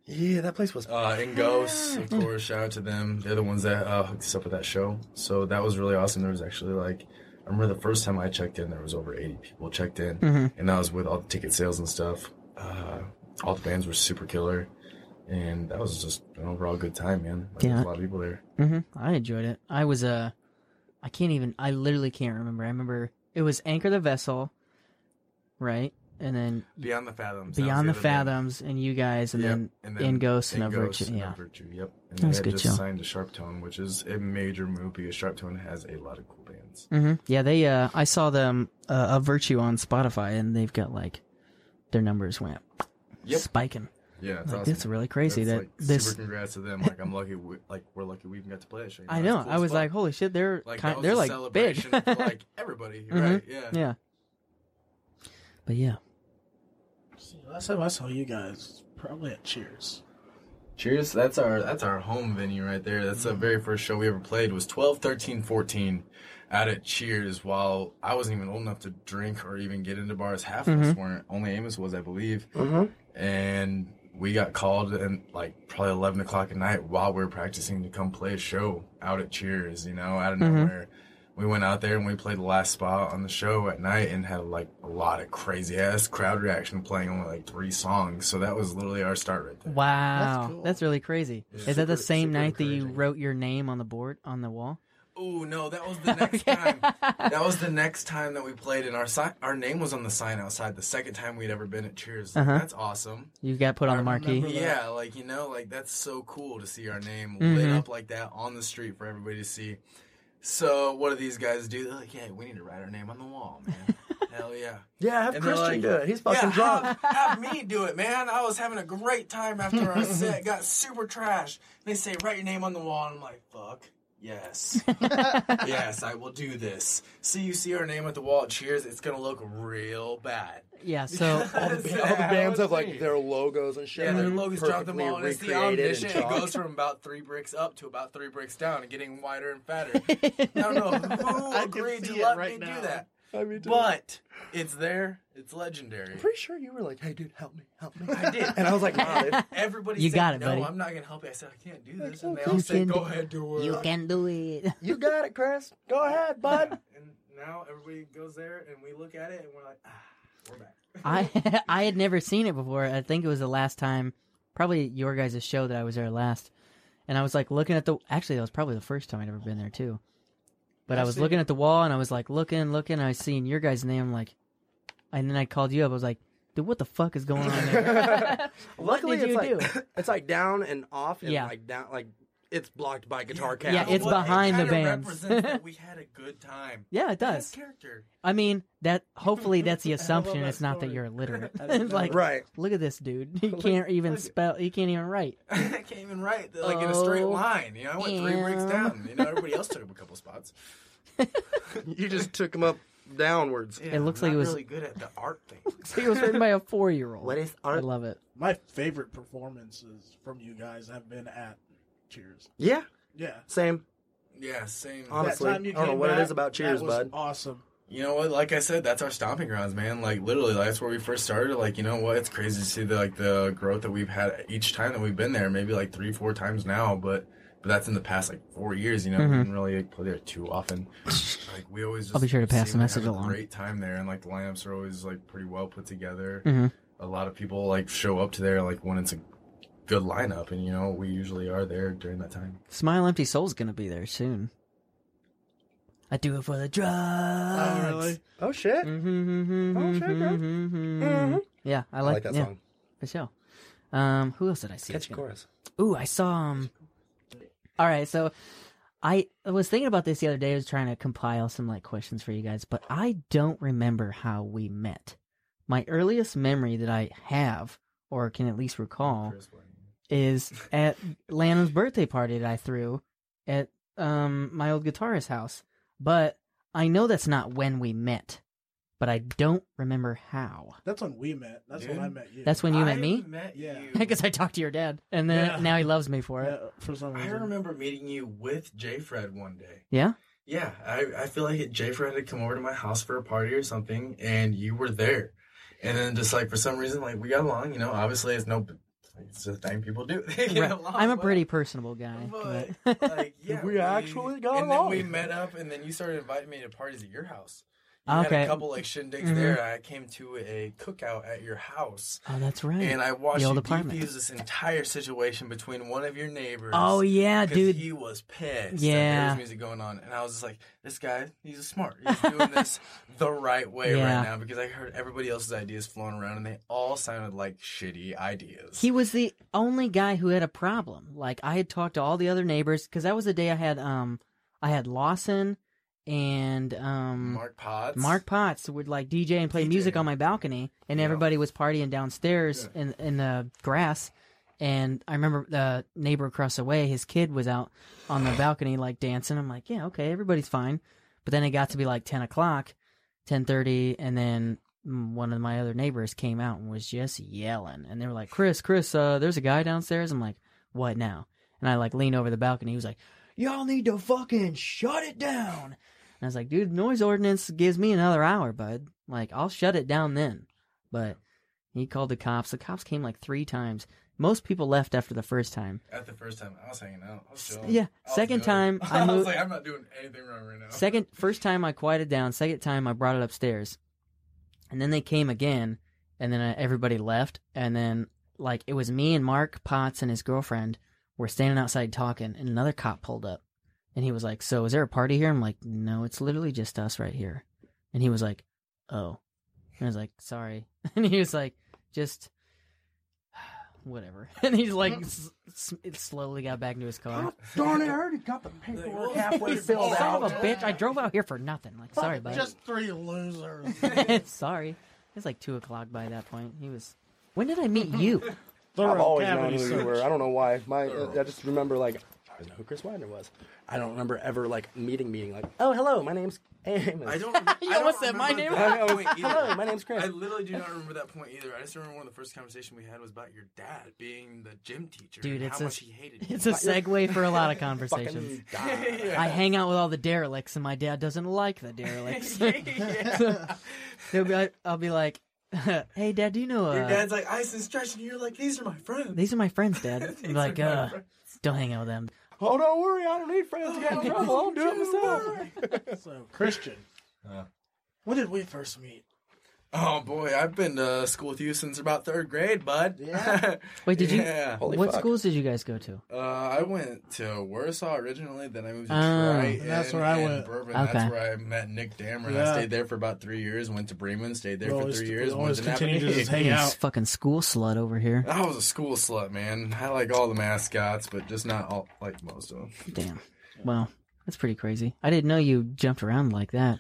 Speaker 3: Yeah, that place was.
Speaker 4: uh, and Ghosts, of course. Shout out to them. They're the ones that uh, hooked us up with that show. So that was really awesome. There was actually like, I remember the first time I checked in, there was over 80 people checked
Speaker 1: Mm-hmm.
Speaker 4: in, and that was with all the ticket sales and stuff. Uh, all the bands were super killer. and that was just an overall good time, man. Like,
Speaker 1: Yeah.
Speaker 4: There's a lot of people there.
Speaker 1: hmm I enjoyed it. I was uh, I can't even. I literally can't remember. I remember it was anchor the vessel, right, and then
Speaker 4: Beyond the fathoms. that was
Speaker 1: beyond the
Speaker 4: other band.
Speaker 1: fathoms, and you guys, and
Speaker 4: Yep,
Speaker 1: then In Ghost and Of Virtue,
Speaker 4: and
Speaker 1: yeah.
Speaker 4: Of Virtue, Yep.
Speaker 1: was
Speaker 4: And they
Speaker 1: a
Speaker 4: had
Speaker 1: good
Speaker 4: just
Speaker 1: show.
Speaker 4: signed to Sharp Tone, which is a major move because Sharp Tone has a lot of cool bands.
Speaker 1: hmm yeah, they uh, I saw them uh, a virtue on Spotify, and they've got like their numbers went
Speaker 4: Yep.
Speaker 1: spiking.
Speaker 4: Yeah, it's
Speaker 1: Like
Speaker 4: awesome.
Speaker 1: that's really crazy
Speaker 4: That's,
Speaker 1: that
Speaker 4: like,
Speaker 1: this.
Speaker 4: Super congrats to them. Like I'm lucky. We, like we're lucky we even got to play that show. you
Speaker 1: I
Speaker 4: that's
Speaker 1: know.
Speaker 4: cool
Speaker 1: I
Speaker 4: as
Speaker 1: was
Speaker 4: fuck.
Speaker 1: like, holy shit, they're
Speaker 4: Like,
Speaker 1: kind,
Speaker 4: that was
Speaker 1: they're
Speaker 4: a
Speaker 1: like big.
Speaker 4: celebration for, like everybody,
Speaker 1: Mhm.
Speaker 4: right? Yeah.
Speaker 1: yeah, but yeah,
Speaker 2: See, last time I saw you guys, probably at Cheers.
Speaker 4: Cheers. That's our that's our home venue right there. That's the very first show we ever played was 12, 13, 14 out at Cheers while I wasn't even old enough to drink or even get into bars. Half of
Speaker 1: Mm-hmm.
Speaker 4: us weren't. Only Amos was, I believe.
Speaker 3: Mm-hmm.
Speaker 4: and we got called and like probably 11 o'clock at night while we were practicing to come play a show out at cheers you know out of
Speaker 1: Mhm.
Speaker 4: nowhere we went out there and we played the last spot on the show at night and had like a lot of crazy ass crowd reaction playing only like three songs so that was literally our start right there
Speaker 1: wow, that's,
Speaker 2: cool.
Speaker 1: really crazy.
Speaker 4: Yeah.
Speaker 1: Is that the
Speaker 4: Super-
Speaker 1: same
Speaker 4: super
Speaker 1: night that you
Speaker 4: encouraging.
Speaker 1: wrote your name on the board on the wall?
Speaker 4: oh no that was the next time that was the next time that we played and our si- our name was on the sign outside the second time we'd ever been at cheers Like,
Speaker 1: Uh-huh.
Speaker 4: that's awesome
Speaker 1: You got put on the marquee.
Speaker 2: remember- for that.
Speaker 4: Yeah, like you know, like that's so cool to see our name lit
Speaker 3: Mm-hmm.
Speaker 1: Mhm.
Speaker 4: up like that on the street for everybody to see. So what do these guys do? They're like, "Hey, we need to write our name on the wall, man." Hell yeah!
Speaker 3: Yeah, have
Speaker 4: And they're
Speaker 3: Christian
Speaker 4: like-
Speaker 3: do it. He's fucking
Speaker 4: yeah,
Speaker 3: drunk.
Speaker 4: Have, have me do it, man. I was having a great time after our set. Got super trash. And they say, "Write your name on the wall," and I'm like, "Fuck." Yes. yes, I will do this. So you see our name at the wall. Cheers. It's gonna look real bad.
Speaker 1: Yeah, so
Speaker 3: All the, ba- all the bands have like their logos and shit.
Speaker 4: Yeah, their
Speaker 3: like,
Speaker 4: logos drop them
Speaker 3: perfectly
Speaker 4: all, and it's the
Speaker 3: recreated in
Speaker 4: omniscient. It
Speaker 3: chalk.
Speaker 4: goes from about three bricks up to about three bricks down, and getting wider and fatter. I don't know who
Speaker 2: I can
Speaker 4: agreed to
Speaker 2: see it
Speaker 4: let
Speaker 2: right
Speaker 4: me
Speaker 2: now.
Speaker 4: do that,
Speaker 3: I mean, dude,
Speaker 4: but it's there. It's legendary.
Speaker 3: I'm pretty sure you were like, "Hey, dude, help me, help me."
Speaker 4: I did.
Speaker 3: and I was like, "Nah, dude."
Speaker 4: Everybody,
Speaker 1: You
Speaker 4: said,
Speaker 1: got it,
Speaker 4: no,
Speaker 1: buddy.
Speaker 4: I'm not gonna help you. I said I can't do this,
Speaker 3: "Oh,
Speaker 4: and they
Speaker 3: you
Speaker 4: all said,
Speaker 1: can
Speaker 4: "Go
Speaker 1: do-
Speaker 4: ahead, do it."
Speaker 1: you can do it.
Speaker 3: you got it, Chris. Go ahead, bud."
Speaker 4: And now everybody goes there, and we look at it, and we're like, ah, we're back.
Speaker 1: I I had never seen it before. I think it was the last time, probably your guys' show that I was there last, and I was like looking at the. Actually, that was probably the first time I'd ever been there too. But I
Speaker 2: I've
Speaker 1: was
Speaker 2: seen
Speaker 1: looking at the wall and I was like looking, looking. I was seeing your guys' name, like, and then I called you up. I was like, "Dude, what the fuck is going on there?"
Speaker 3: Luckily,
Speaker 1: did
Speaker 3: it's
Speaker 1: you
Speaker 3: like it's like down and off, and
Speaker 1: Yeah.
Speaker 3: like down, like it's blocked by Guitar
Speaker 1: Yeah,
Speaker 3: Cat.
Speaker 1: yeah, it's
Speaker 4: Well,
Speaker 1: behind the
Speaker 4: kinda
Speaker 1: bands.
Speaker 4: represents that we had a good time.
Speaker 1: yeah, it
Speaker 4: That's
Speaker 1: does.
Speaker 4: character.
Speaker 1: I mean, that hopefully that's the
Speaker 2: I love
Speaker 1: assumption.
Speaker 2: that
Speaker 1: It's not that
Speaker 2: story.
Speaker 1: you're illiterate.
Speaker 2: I didn't
Speaker 1: It's
Speaker 2: know
Speaker 1: like,
Speaker 2: that.
Speaker 3: right.
Speaker 1: look at this dude. He can't even
Speaker 4: look at-
Speaker 1: spell. He can't even write.
Speaker 4: I can't even write they're, like in a straight
Speaker 1: Oh,
Speaker 4: line. You know, I went three bricks
Speaker 1: yeah.
Speaker 4: down. You know, everybody else took up a couple spots.
Speaker 3: You just took them up downwards.
Speaker 4: Yeah,
Speaker 1: It looks
Speaker 4: I'm
Speaker 1: like it
Speaker 4: not
Speaker 1: was-
Speaker 4: really good at the art thing.
Speaker 1: It was written by a four-year-old.
Speaker 3: What is
Speaker 1: I
Speaker 3: art?
Speaker 1: love it.
Speaker 2: My favorite performances from you guys have been at Cheers.
Speaker 3: Yeah,
Speaker 2: Yeah.
Speaker 3: same.
Speaker 4: yeah, same.
Speaker 3: Honest- Honestly, I don't know what it is about Cheers,
Speaker 2: that was
Speaker 3: bud.
Speaker 2: Awesome.
Speaker 4: You know what? Like I said, that's our stomping grounds, man. Like literally, that's where we first started. Like you know what? It's crazy to see the like the growth that we've had each time that we've been there. Maybe like three, four times now, but. But that's in the past like four years, you know. We didn't really like, play there too often. Like we always. Just
Speaker 1: Mm-hmm. I'll be sure to pass
Speaker 4: seem
Speaker 1: the
Speaker 4: have
Speaker 1: message
Speaker 4: a
Speaker 1: along.
Speaker 4: Great time there, and like the lineups are always like pretty well put together.
Speaker 1: Mhm.
Speaker 4: A lot of people like show up to there like when it's a good lineup, and you know we usually are there during that time.
Speaker 1: Smile Empty Soul's gonna be there soon. I do it for the drugs. Uh,
Speaker 2: Oh, really?
Speaker 3: Oh shit.
Speaker 1: Mm-hmm,
Speaker 3: Oh, shit, girl. Mm-hmm.
Speaker 1: Yeah, I
Speaker 3: I
Speaker 1: like,
Speaker 3: like that
Speaker 1: yeah,
Speaker 3: song.
Speaker 1: For sure. Um, who else did I see? that's
Speaker 3: Catchy
Speaker 1: gonna-
Speaker 3: chorus.
Speaker 1: Ooh, I saw. Um, all right, so I was thinking about this the other day. I was trying to compile some like questions for you guys, but I don't remember how we met. My earliest memory that I have, or can at least recall,
Speaker 4: Chris Blaine.
Speaker 1: is at Lanham's birthday party that I threw at um my old guitarist's house. But I know that's not when we met, but I don't remember how.
Speaker 2: That's when we met. That's when
Speaker 4: Dude.
Speaker 2: I met you.
Speaker 1: That's when you
Speaker 4: I
Speaker 1: met me.
Speaker 4: Met
Speaker 2: Yeah.
Speaker 4: you.
Speaker 1: I guess I talked to your dad, and then
Speaker 2: Yeah.
Speaker 1: now he loves me for it.
Speaker 2: Yeah, for some
Speaker 4: I
Speaker 2: reason.
Speaker 4: remember meeting you with J Fred one day.
Speaker 1: Yeah.
Speaker 4: Yeah, I, I feel like J Fred had come over to my house for a party or something, and you were there. And then just like for some reason, like we got along. You know, obviously it's no, it's a thing people do. They get
Speaker 1: Right.
Speaker 4: along
Speaker 1: I'm a
Speaker 4: well.
Speaker 1: pretty personable guy.
Speaker 4: But,
Speaker 1: but-
Speaker 4: like, yeah,
Speaker 3: We actually got
Speaker 4: and
Speaker 3: along.
Speaker 4: Then we met up, and then you started inviting me to parties at your house. Had
Speaker 1: Okay. Mm-hmm.
Speaker 4: a couple like shindigs there. I came to a cookout at your house,
Speaker 1: Oh, that's right.
Speaker 4: and I watched
Speaker 1: The
Speaker 4: you
Speaker 1: old apartment.
Speaker 4: defuse this entire situation between one of your neighbors.
Speaker 1: oh yeah,
Speaker 4: 'cause
Speaker 1: dude.
Speaker 4: he was pissed. that there
Speaker 1: Yeah.
Speaker 4: was music going on, and I was just like, "This guy, he's smart. He's doing this the right way
Speaker 1: Yeah.
Speaker 4: right now." Because I heard everybody else's ideas flowing around, and they all sounded like shitty ideas.
Speaker 1: He was the only guy who had a problem. Like I had talked to all the other neighbors because that was the day I had um I had Lawson and um
Speaker 4: Mark Potts.
Speaker 1: Mark Potts would like DJ and play music
Speaker 4: DJing.
Speaker 1: on my balcony, and
Speaker 4: Yeah.
Speaker 1: everybody was partying downstairs in in the grass. And I remember the neighbor across the way, his kid was out on the balcony like dancing. I'm like, yeah, okay, everybody's fine. But then it got to be like ten o'clock, ten thirty, and then mm, one of my other neighbors came out and was just yelling. And they were like, Chris, Chris, uh, there's a guy downstairs. I'm like, what now? And I like lean over the balcony. He was like, y'all need to fucking shut it down. And I was like, dude, noise ordinance gives me another hour, bud. Like, I'll shut it down then. But he called the cops. The cops came like three times. Most people left after the first time.
Speaker 4: At the first time, I was hanging out. I was
Speaker 1: S-
Speaker 4: chilling.
Speaker 1: yeah.
Speaker 4: I was
Speaker 1: Second
Speaker 4: good.
Speaker 1: time, I
Speaker 4: I was
Speaker 1: moved-
Speaker 4: like, I'm not doing anything wrong right now.
Speaker 1: Second, first time I quieted down. Second time I brought it upstairs, and then they came again, and then uh, everybody left. And then like it was me and Mark Potts and his girlfriend were standing outside talking, and another cop pulled up, and he was like, "So is there a party here?" I'm like, "No, it's literally just us right here," and he was like, "Oh," and I was like, "Sorry," and he was like, "Just." Whatever, and he's like, s- s- it slowly got back into his car.
Speaker 3: Oh,
Speaker 5: Darn it, I already got the paperwork halfway
Speaker 1: Son
Speaker 5: filled out.
Speaker 1: of a bitch! I drove out here for nothing. Like, sorry, buddy.
Speaker 2: Just three losers.
Speaker 1: Sorry. It's like two o'clock by that point. He was. When did I meet you?
Speaker 2: Thorough
Speaker 3: I've always known
Speaker 2: cavity
Speaker 3: who you
Speaker 2: search.
Speaker 3: were. I don't know why. My, I
Speaker 4: Oh.
Speaker 3: just remember like I always know who Chris Widener was. I don't remember ever like meeting meeting like oh hello my name's Amos.
Speaker 4: I don't. I don't
Speaker 1: almost said my
Speaker 4: remember
Speaker 1: name.
Speaker 4: that
Speaker 3: Hello,
Speaker 4: point either.
Speaker 3: my name's Chris.
Speaker 4: I literally do not remember that point either. I just remember one of the first conversations we had was about your dad being the gym teacher.
Speaker 1: Dude,
Speaker 4: and
Speaker 1: it's
Speaker 4: how
Speaker 1: a-
Speaker 4: much he hated you.
Speaker 1: It's a segue for a lot of conversations.
Speaker 3: fucking die.
Speaker 1: I hang out with all the derelicts, and my dad doesn't like the derelicts. He'll be like, I'll be like, "Hey, Dad, do you know
Speaker 4: Your
Speaker 1: uh,
Speaker 4: dad's like ice and stretch, and you're like, these are my friends.
Speaker 1: these are my friends, Dad?" He'll be
Speaker 4: These
Speaker 1: like,
Speaker 4: are my
Speaker 1: uh,
Speaker 4: friends.
Speaker 1: "Don't hang out with them."
Speaker 3: Oh, don't worry. I don't need friends to get in
Speaker 4: Oh,
Speaker 3: trouble. I'll do it myself.
Speaker 2: So Christian,
Speaker 4: Yeah.
Speaker 2: when did we first meet?
Speaker 4: Oh boy, I've been to school with you since about third grade, bud. Yeah.
Speaker 1: Wait, did you-
Speaker 4: Yeah.
Speaker 3: Holy
Speaker 1: what
Speaker 3: fuck.
Speaker 1: schools did you guys go to?
Speaker 4: Uh, I went to Warsaw originally, then I moved to
Speaker 1: Oh.
Speaker 4: Detroit.
Speaker 2: And that's
Speaker 4: and-
Speaker 2: where I
Speaker 4: and
Speaker 2: went.
Speaker 4: Bourbon.
Speaker 1: Okay.
Speaker 4: That's where I met Nick Dammer. and
Speaker 2: Yeah.
Speaker 4: I stayed there for about three years. Went to Bremen, stayed there
Speaker 2: We
Speaker 4: for
Speaker 2: always-
Speaker 4: three
Speaker 2: we
Speaker 4: years.
Speaker 2: always
Speaker 4: Went to
Speaker 2: continue to just
Speaker 4: Napa.
Speaker 2: hang
Speaker 1: This
Speaker 2: out.
Speaker 1: fucking school slut over here.
Speaker 4: I was a school slut, man. I like all the mascots, but just not all like most of them.
Speaker 1: Damn. Wow, that's pretty crazy. I didn't know you jumped around like that.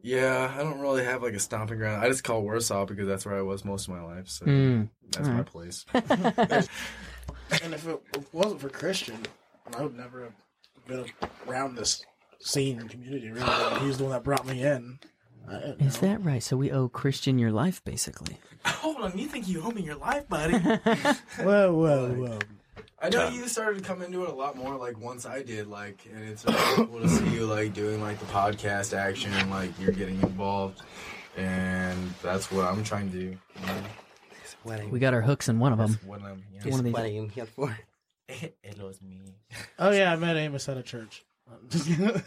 Speaker 4: Yeah, I don't really have like a stomping ground. I just call Warsaw because that's where I was most of my life. So
Speaker 2: Hmm.
Speaker 1: Mm.
Speaker 4: that's my place.
Speaker 2: And if it wasn't for Christian, I would never have been around this scene and community. Really, he's the one that brought me in. I didn't
Speaker 1: Is
Speaker 2: know.
Speaker 1: that right? So we owe Christian your life, basically.
Speaker 4: Hold on, you think you owe me your life, buddy?
Speaker 2: Whoa, whoa, whoa!
Speaker 4: I know you started to come into it a lot more like once I did, like, and it's really cool to see you like doing like the podcast action and like you're getting involved, and that's what I'm trying to do. You know?
Speaker 1: Um,
Speaker 3: Wedding.
Speaker 1: We got our hooks in one of them.
Speaker 4: What I'm, you
Speaker 1: One of
Speaker 4: know,
Speaker 1: these.
Speaker 3: Wedding. He had four.
Speaker 4: it was me.
Speaker 2: Oh yeah, I met Amos at a church.
Speaker 4: Yeah,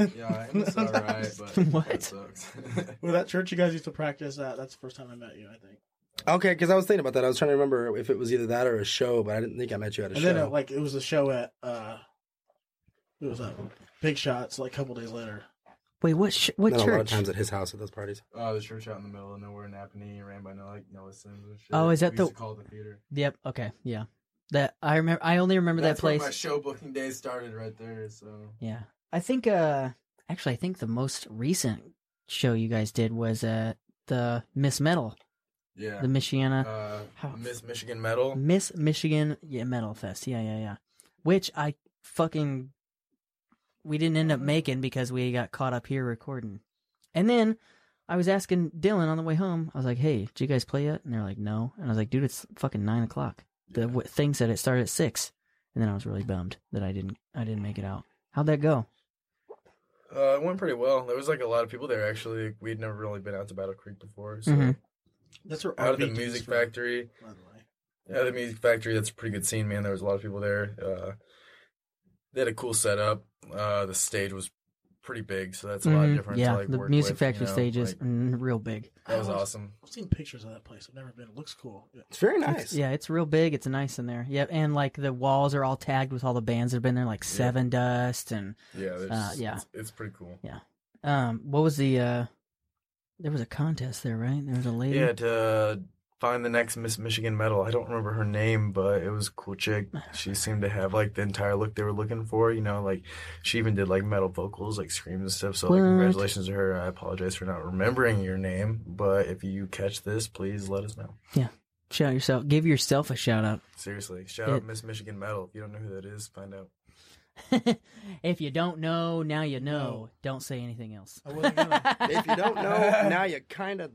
Speaker 4: it's all right, but
Speaker 1: What?
Speaker 4: that sucks.
Speaker 2: Well, that church you guys used to practice at, that's the first time I met you, I think.
Speaker 3: Okay, because I was thinking about that. I was trying to remember if it was either that or a show, but I didn't think I met you at a
Speaker 2: And
Speaker 3: show.
Speaker 2: then, it, like, it was a show at, uh, it was at Big Shots, like, a couple days later.
Speaker 1: Wait, what? Sh- what
Speaker 3: Then a lot of
Speaker 1: church?
Speaker 3: times at his house at those parties.
Speaker 4: uh, the church out in the middle of nowhere in Napanee ran by no like Noah Sims and shit.
Speaker 1: Oh, is that
Speaker 4: we used
Speaker 1: the-
Speaker 4: to call it the theater?
Speaker 1: Yep. Okay. Yeah. That I remember. I only remember
Speaker 4: That's
Speaker 1: that
Speaker 4: where
Speaker 1: place.
Speaker 4: my show booking days started right there. So
Speaker 1: yeah. I think. Uh, actually, I think the most recent show you guys did was uh the Miss Metal,
Speaker 4: yeah,
Speaker 1: the Michiana
Speaker 4: uh,
Speaker 1: How-
Speaker 4: Miss Michigan Metal.
Speaker 1: Miss Michigan yeah, Metal Fest. Yeah, yeah, yeah. Which I fucking we didn't end up making because we got caught up here recording. And then I was asking Dylan on the way home. I was like, "Hey, did you guys play yet?" And they're like, "No." And I was like, "Dude, it's fucking nine o'clock." The w- thing said it started at six, and then I was really bummed that I didn't I didn't make it out. How'd that go?
Speaker 4: Uh, it went pretty well. There was like a lot of people there actually. We'd never really been out to Battle Creek before. So
Speaker 1: Mhm.
Speaker 2: That's where
Speaker 4: out of the
Speaker 2: RBD is
Speaker 4: Music
Speaker 2: from,
Speaker 4: Factory,
Speaker 2: By the way.
Speaker 4: yeah, the Music Factory. That's a pretty good scene, man. There was a lot of people there. Uh, they had a cool setup. Uh, the stage was pretty big, so that's a lot
Speaker 1: Mhm.
Speaker 4: different.
Speaker 1: yeah,
Speaker 4: to, like,
Speaker 1: the
Speaker 4: work
Speaker 1: music
Speaker 4: with,
Speaker 1: factory
Speaker 4: you know,
Speaker 1: stage is
Speaker 4: like,
Speaker 1: mm, real big.
Speaker 4: that was awesome.
Speaker 2: I've seen pictures of that place. I've never been. It looks cool. Yeah.
Speaker 3: It's very nice.
Speaker 1: Yeah, it's real big. It's nice in there. Yeah, and like the walls are all tagged with all the bands that have been there, like Seven Dust and
Speaker 4: Yeah, there's,
Speaker 1: Uh, yeah.
Speaker 4: It's, it's pretty cool.
Speaker 1: um, what was the? uh There was a contest there, right? There was a lady.
Speaker 4: Yeah, to find the next Miss Michigan medal. I don't remember her name, but it was a cool chick. She seemed to have like the entire look they were looking for. You know, like she even did like metal vocals, like screams and stuff. So like,
Speaker 1: What?
Speaker 4: congratulations to her. I apologize for not remembering your name, but if you catch this, please let us know.
Speaker 1: Shout yourself. Give yourself a shout out.
Speaker 4: Seriously, shout
Speaker 1: It-
Speaker 4: out Miss Michigan medal. If you don't know who that is, find out.
Speaker 1: if you don't know, now you know. Don't say anything else.
Speaker 2: I wasn't gonna.
Speaker 3: if you don't know, now you kind of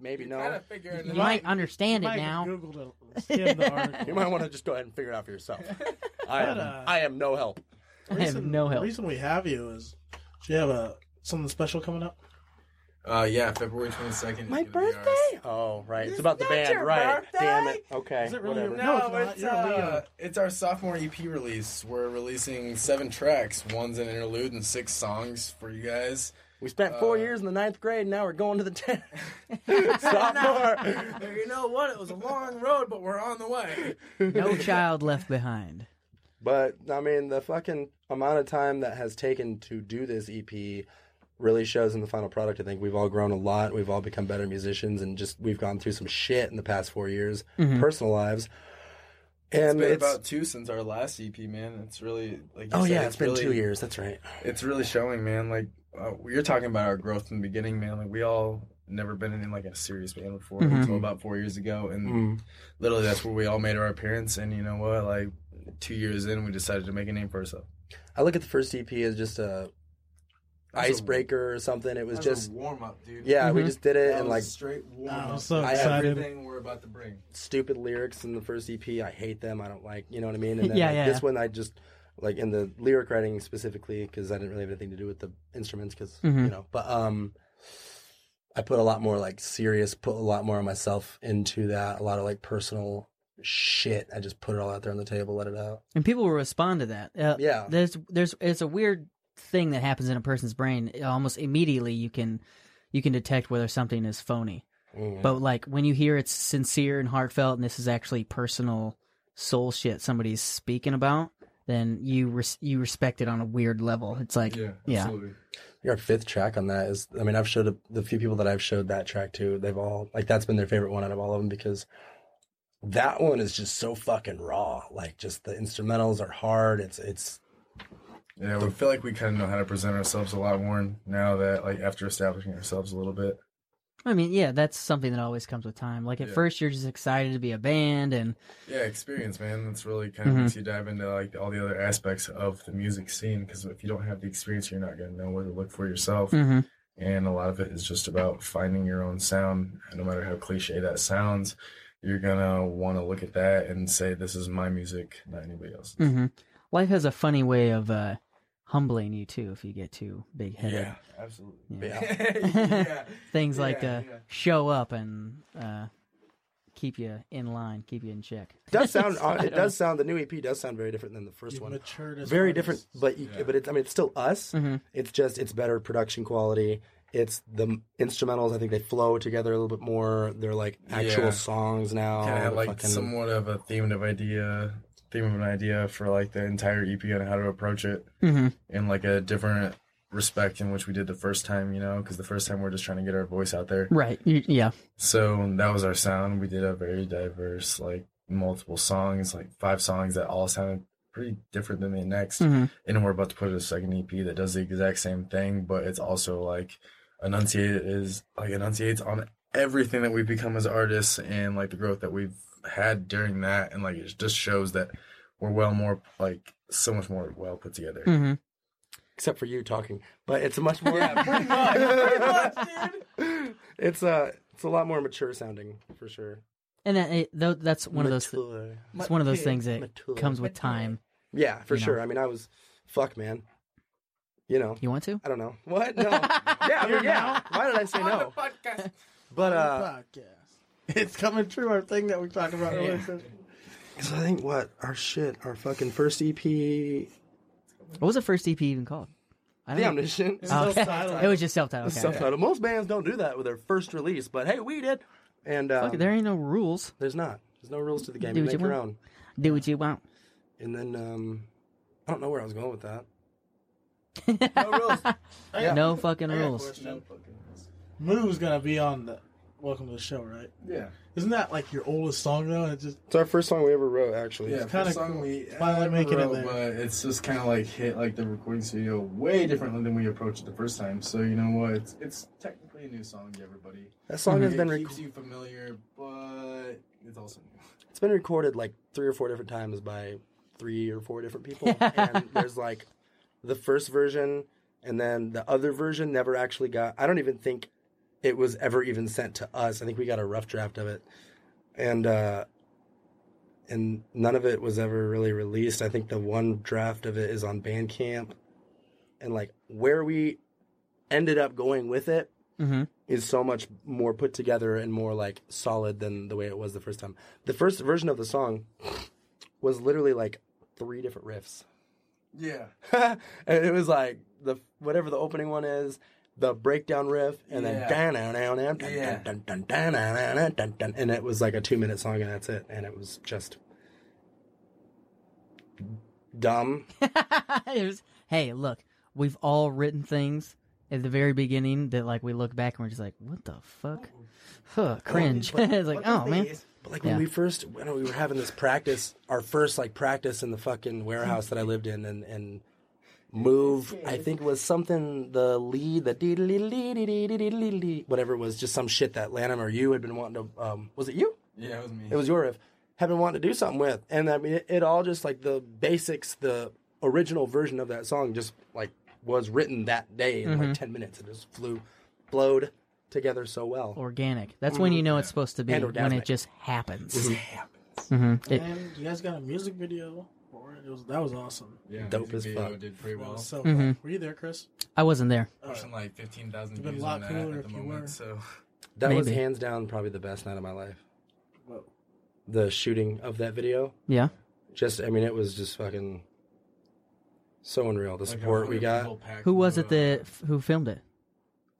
Speaker 3: maybe know.
Speaker 1: You might understand it
Speaker 2: I
Speaker 1: now.
Speaker 2: googled it. Skimmed the article.
Speaker 3: You might want to just go ahead and figure it out for yourself. I
Speaker 2: But,
Speaker 3: am,
Speaker 2: uh,
Speaker 3: I am no help.
Speaker 1: I have no help.
Speaker 2: The reason we have you is, do you have a something special coming up?
Speaker 4: Uh, yeah, February twenty second.
Speaker 3: Oh, right. It's about the band, right? Damn it. Okay.
Speaker 2: Is it really
Speaker 3: whatever.
Speaker 2: your- No, it's not.
Speaker 4: it's,
Speaker 2: You're
Speaker 4: uh,
Speaker 2: Leo.
Speaker 4: it's our sophomore EP release. We're releasing seven tracks. One's an interlude and six songs for you guys.
Speaker 3: We spent four
Speaker 4: Uh,
Speaker 3: years in the ninth grade. Now we're going to the tenth. Sophomore.
Speaker 4: you know what? It was a long road, but we're on the way.
Speaker 1: No child left behind.
Speaker 3: But I mean, the fucking amount of time that has taken to do this EP really shows in the final product. I think we've all grown a lot. We've all become better musicians, and just we've gone through some shit in the past four years,
Speaker 1: Mm-hmm.
Speaker 3: personal lives.
Speaker 4: Hmm. It's
Speaker 3: And
Speaker 4: been
Speaker 3: it's,
Speaker 4: about two since our last EP, man. It's really like you
Speaker 3: oh
Speaker 4: said,
Speaker 3: yeah, it's been
Speaker 4: really,
Speaker 3: two years. That's right.
Speaker 4: It's really showing, man. Like uh, we were talking about our growth in the beginning, man. Like we all never been in like a serious band before
Speaker 3: Mm-hmm.
Speaker 4: until about four years ago, and literally that's where we all made our appearance. And you know what? Like two years in, we decided to make a name for ourselves.
Speaker 3: I look at the first EP as just a
Speaker 4: That's a-
Speaker 3: icebreaker or something. It was just
Speaker 4: warm up, dude.
Speaker 3: yeah, we
Speaker 1: Mhm.
Speaker 3: just did it
Speaker 4: That
Speaker 3: and
Speaker 4: was
Speaker 3: like
Speaker 4: a straight warm
Speaker 2: Oh,
Speaker 4: up.
Speaker 2: I'm so
Speaker 3: I have
Speaker 2: excited.
Speaker 4: Everything we're about to bring.
Speaker 3: stupid lyrics in the first EP. I hate them. I don't like, you know what I mean? And then
Speaker 1: Yeah,
Speaker 3: like,
Speaker 1: yeah,
Speaker 3: this
Speaker 1: yeah.
Speaker 3: one, I just like in the lyric writing specifically because I didn't really have anything to do with the instruments because you
Speaker 1: Mhm.
Speaker 3: know. But um, I put a lot more like serious, put a lot more of myself into that. A lot of like personal shit. I just put it all out there on the table, let it out.
Speaker 1: And people will respond to that. Uh,
Speaker 3: Yeah.
Speaker 1: there's there's it's a weird thing that happens in a person's brain. Almost immediately, you can you can detect whether something is phony.
Speaker 3: Mm.
Speaker 1: But like when you hear it's sincere and heartfelt, and this is actually personal soul shit somebody's speaking about, then you res- you respect it on a weird level. It's like yeah,
Speaker 4: absolutely.
Speaker 3: Your fifth track on that is, I mean, I've showed the few people that I've showed that track to, they've all, like, that's been their favorite one out of all of them because that one is just so fucking raw. Like, just the instrumentals are hard. It's, it's,
Speaker 4: Yeah, we feel like we kind of know how to present ourselves a lot more now that, like, after establishing ourselves a little bit.
Speaker 1: I mean, yeah, that's something that always comes with time. Like at
Speaker 4: Yeah.
Speaker 1: first, you're just excited to be a band, and
Speaker 4: Yeah, experience, man. That's really kind of
Speaker 1: Mhm.
Speaker 4: makes you dive into like all the other aspects of the music scene. Because if you don't have the experience, you're not gonna know what to look for yourself.
Speaker 1: Mhm.
Speaker 4: And a lot of it is just about finding your own sound. No matter how cliche that sounds, you're gonna want to look at that and say, "This is my music, not anybody else's."
Speaker 1: hmm Life has a funny way of uh, humbling you too if you get too big headed.
Speaker 4: Yeah, absolutely.
Speaker 3: yeah.
Speaker 4: yeah.
Speaker 1: Things like uh,
Speaker 4: Yeah, yeah.
Speaker 1: show up and uh, keep you in line, keep you in check.
Speaker 3: does sound, uh, it does sound, the new EP does sound very different than the first
Speaker 2: You've
Speaker 3: one.
Speaker 2: matured as
Speaker 3: Very
Speaker 2: artists.
Speaker 3: different, but, you, but it's, I mean, it's still us.
Speaker 1: Mm.
Speaker 4: Mm-hmm,
Speaker 3: It's just, it's better production quality. It's the instrumentals. I think they flow together a little bit more. They're like actual
Speaker 4: Yeah.
Speaker 3: songs now.
Speaker 4: kind of had
Speaker 3: The
Speaker 4: like
Speaker 3: fucking-
Speaker 4: somewhat of a themed of idea theme of an idea for like the entire ep on how to approach it
Speaker 1: Mhm.
Speaker 4: in like a different respect in which we did the first time you know because the first time we are just trying to get our voice out there
Speaker 1: Right. You, yeah.
Speaker 4: so that was our sound we did a very diverse like multiple songs like five songs that all sounded pretty different than the next
Speaker 1: Mhm.
Speaker 4: and we're about to put out a second ep that does the exact same thing but it's also like enunciated is like enunciates on everything that we've become as artists and like the growth that we've had during that and like it just shows that we're well more like so much more well put together
Speaker 1: hmm
Speaker 3: except for you talking. But it's a much more. it's a it's a lot more mature sounding for sure.
Speaker 1: And that, it, tho- that's one of those.
Speaker 3: Mature.
Speaker 1: it's one of those things that
Speaker 3: Mature.
Speaker 1: comes with time.
Speaker 3: yeah, for
Speaker 1: you know.
Speaker 3: sure. I mean, I was fuck man. You know,
Speaker 1: You want to?
Speaker 3: I don't know what. No, yeah, I mean, yeah. Why did I say no? But uh,
Speaker 2: podcast. It's coming true. Our thing that we talked about earlier.
Speaker 3: so I think what our shit, our fucking first E EP.
Speaker 1: What was the first EP E even called? I
Speaker 3: The
Speaker 1: don't know.
Speaker 3: Omniscient.
Speaker 1: Oh, okay.
Speaker 2: self-titled.
Speaker 1: it was just self-titled. Okay.
Speaker 3: Self-titled. uh, Most bands don't do that with their first release, but hey, we did. And um,
Speaker 1: Fuck, there ain't no rules.
Speaker 3: there's not. There's no rules to the game.
Speaker 1: Do
Speaker 3: You
Speaker 1: what you
Speaker 3: make your
Speaker 1: want.
Speaker 3: own.
Speaker 1: Do what you want.
Speaker 3: And then um, I don't know where I was going with that.
Speaker 4: No rules.
Speaker 1: No fucking rules.
Speaker 2: Question. Moo's gonna be on the Welcome to the Show, right?
Speaker 4: Yeah.
Speaker 2: Isn't that like your oldest song though? And it just
Speaker 3: It's our first song we ever wrote, actually.
Speaker 4: Yeah,
Speaker 2: kinda
Speaker 4: first song
Speaker 2: cool.
Speaker 4: we
Speaker 2: Finally
Speaker 4: ever
Speaker 2: making it
Speaker 4: wrote,
Speaker 2: there.
Speaker 4: But it's just kind of like hit like the recording studio way differently than we approached it the first time. So you know what? It's, it's technically a new song to everybody.
Speaker 3: That song has
Speaker 4: it
Speaker 3: been
Speaker 4: keeps
Speaker 3: rec-
Speaker 4: you familiar, but it's also new.
Speaker 3: it's been recorded like three or four different times by three or four different people. and there's like the first version, and then the other version never actually got. I don't even think it was ever even sent to us. I think we got a rough draft of it, and uh, and none of it was ever really released. I think the one draft of it is on Bandcamp, and like where we ended up going with it
Speaker 1: Mm-hmm.
Speaker 3: is so much more put together and more like solid than the way it was the first time. The first version of the song was literally like three different riffs.
Speaker 4: Yeah.
Speaker 3: and it was like the whatever the opening one is, the breakdown riff, and
Speaker 4: Yeah.
Speaker 3: then down down down
Speaker 4: Yeah.
Speaker 3: dun dun dun dun dun dun dun dun and it was like a two minute song and that's it. And it was just dumb.
Speaker 1: It was- hey, look, we've all written things at the very beginning that like we look back and we're just like, what the fuck? Huh, cringe. it's like, oh man.
Speaker 3: But like when
Speaker 1: Yeah.
Speaker 3: we first, when we were having this practice, our first like practice in the fucking warehouse that I lived in, and and move, I think was something the lead the dee dee dee dee dee dee dee dee dee whatever it was just some shit that Lanham or you had been wanting to. Um, was it you?
Speaker 4: Yeah, it was me.
Speaker 3: It was your riff. Had been wanting to do something with, and I mean it, it all just like the basics, the original version of that song just like was written that day in
Speaker 1: Mm-hmm.
Speaker 3: like ten minutes. It just flew, flowed together so well.
Speaker 1: Organic. That's when you know it's supposed to be
Speaker 3: And
Speaker 1: when
Speaker 3: orgasmic. Mm-hmm.
Speaker 1: it just happens.
Speaker 4: happens.
Speaker 1: hmm It,
Speaker 2: and you guys got a music video for it. it was, that was awesome.
Speaker 4: Yeah,
Speaker 3: Dope
Speaker 4: music
Speaker 3: as
Speaker 4: video
Speaker 3: fuck.
Speaker 4: Did pretty
Speaker 2: That
Speaker 4: well.
Speaker 2: was
Speaker 1: Mm-hmm.
Speaker 2: so Were you there, Chris?
Speaker 1: I wasn't there.
Speaker 4: Pushing like fifteen thousand
Speaker 2: Would've been
Speaker 4: views
Speaker 2: a lot
Speaker 4: on that
Speaker 2: cooler
Speaker 4: at the
Speaker 2: if you
Speaker 4: moment.
Speaker 2: were.
Speaker 4: So
Speaker 3: That was
Speaker 1: Maybe.
Speaker 3: hands down probably the best night of my life.
Speaker 2: Whoa.
Speaker 3: The shooting of that video,
Speaker 1: Yeah.
Speaker 3: just I mean, it was just fucking so unreal. The
Speaker 4: Like,
Speaker 3: support we
Speaker 4: 100
Speaker 3: got.
Speaker 4: people packed
Speaker 1: Who was it
Speaker 4: into
Speaker 1: that who filmed it?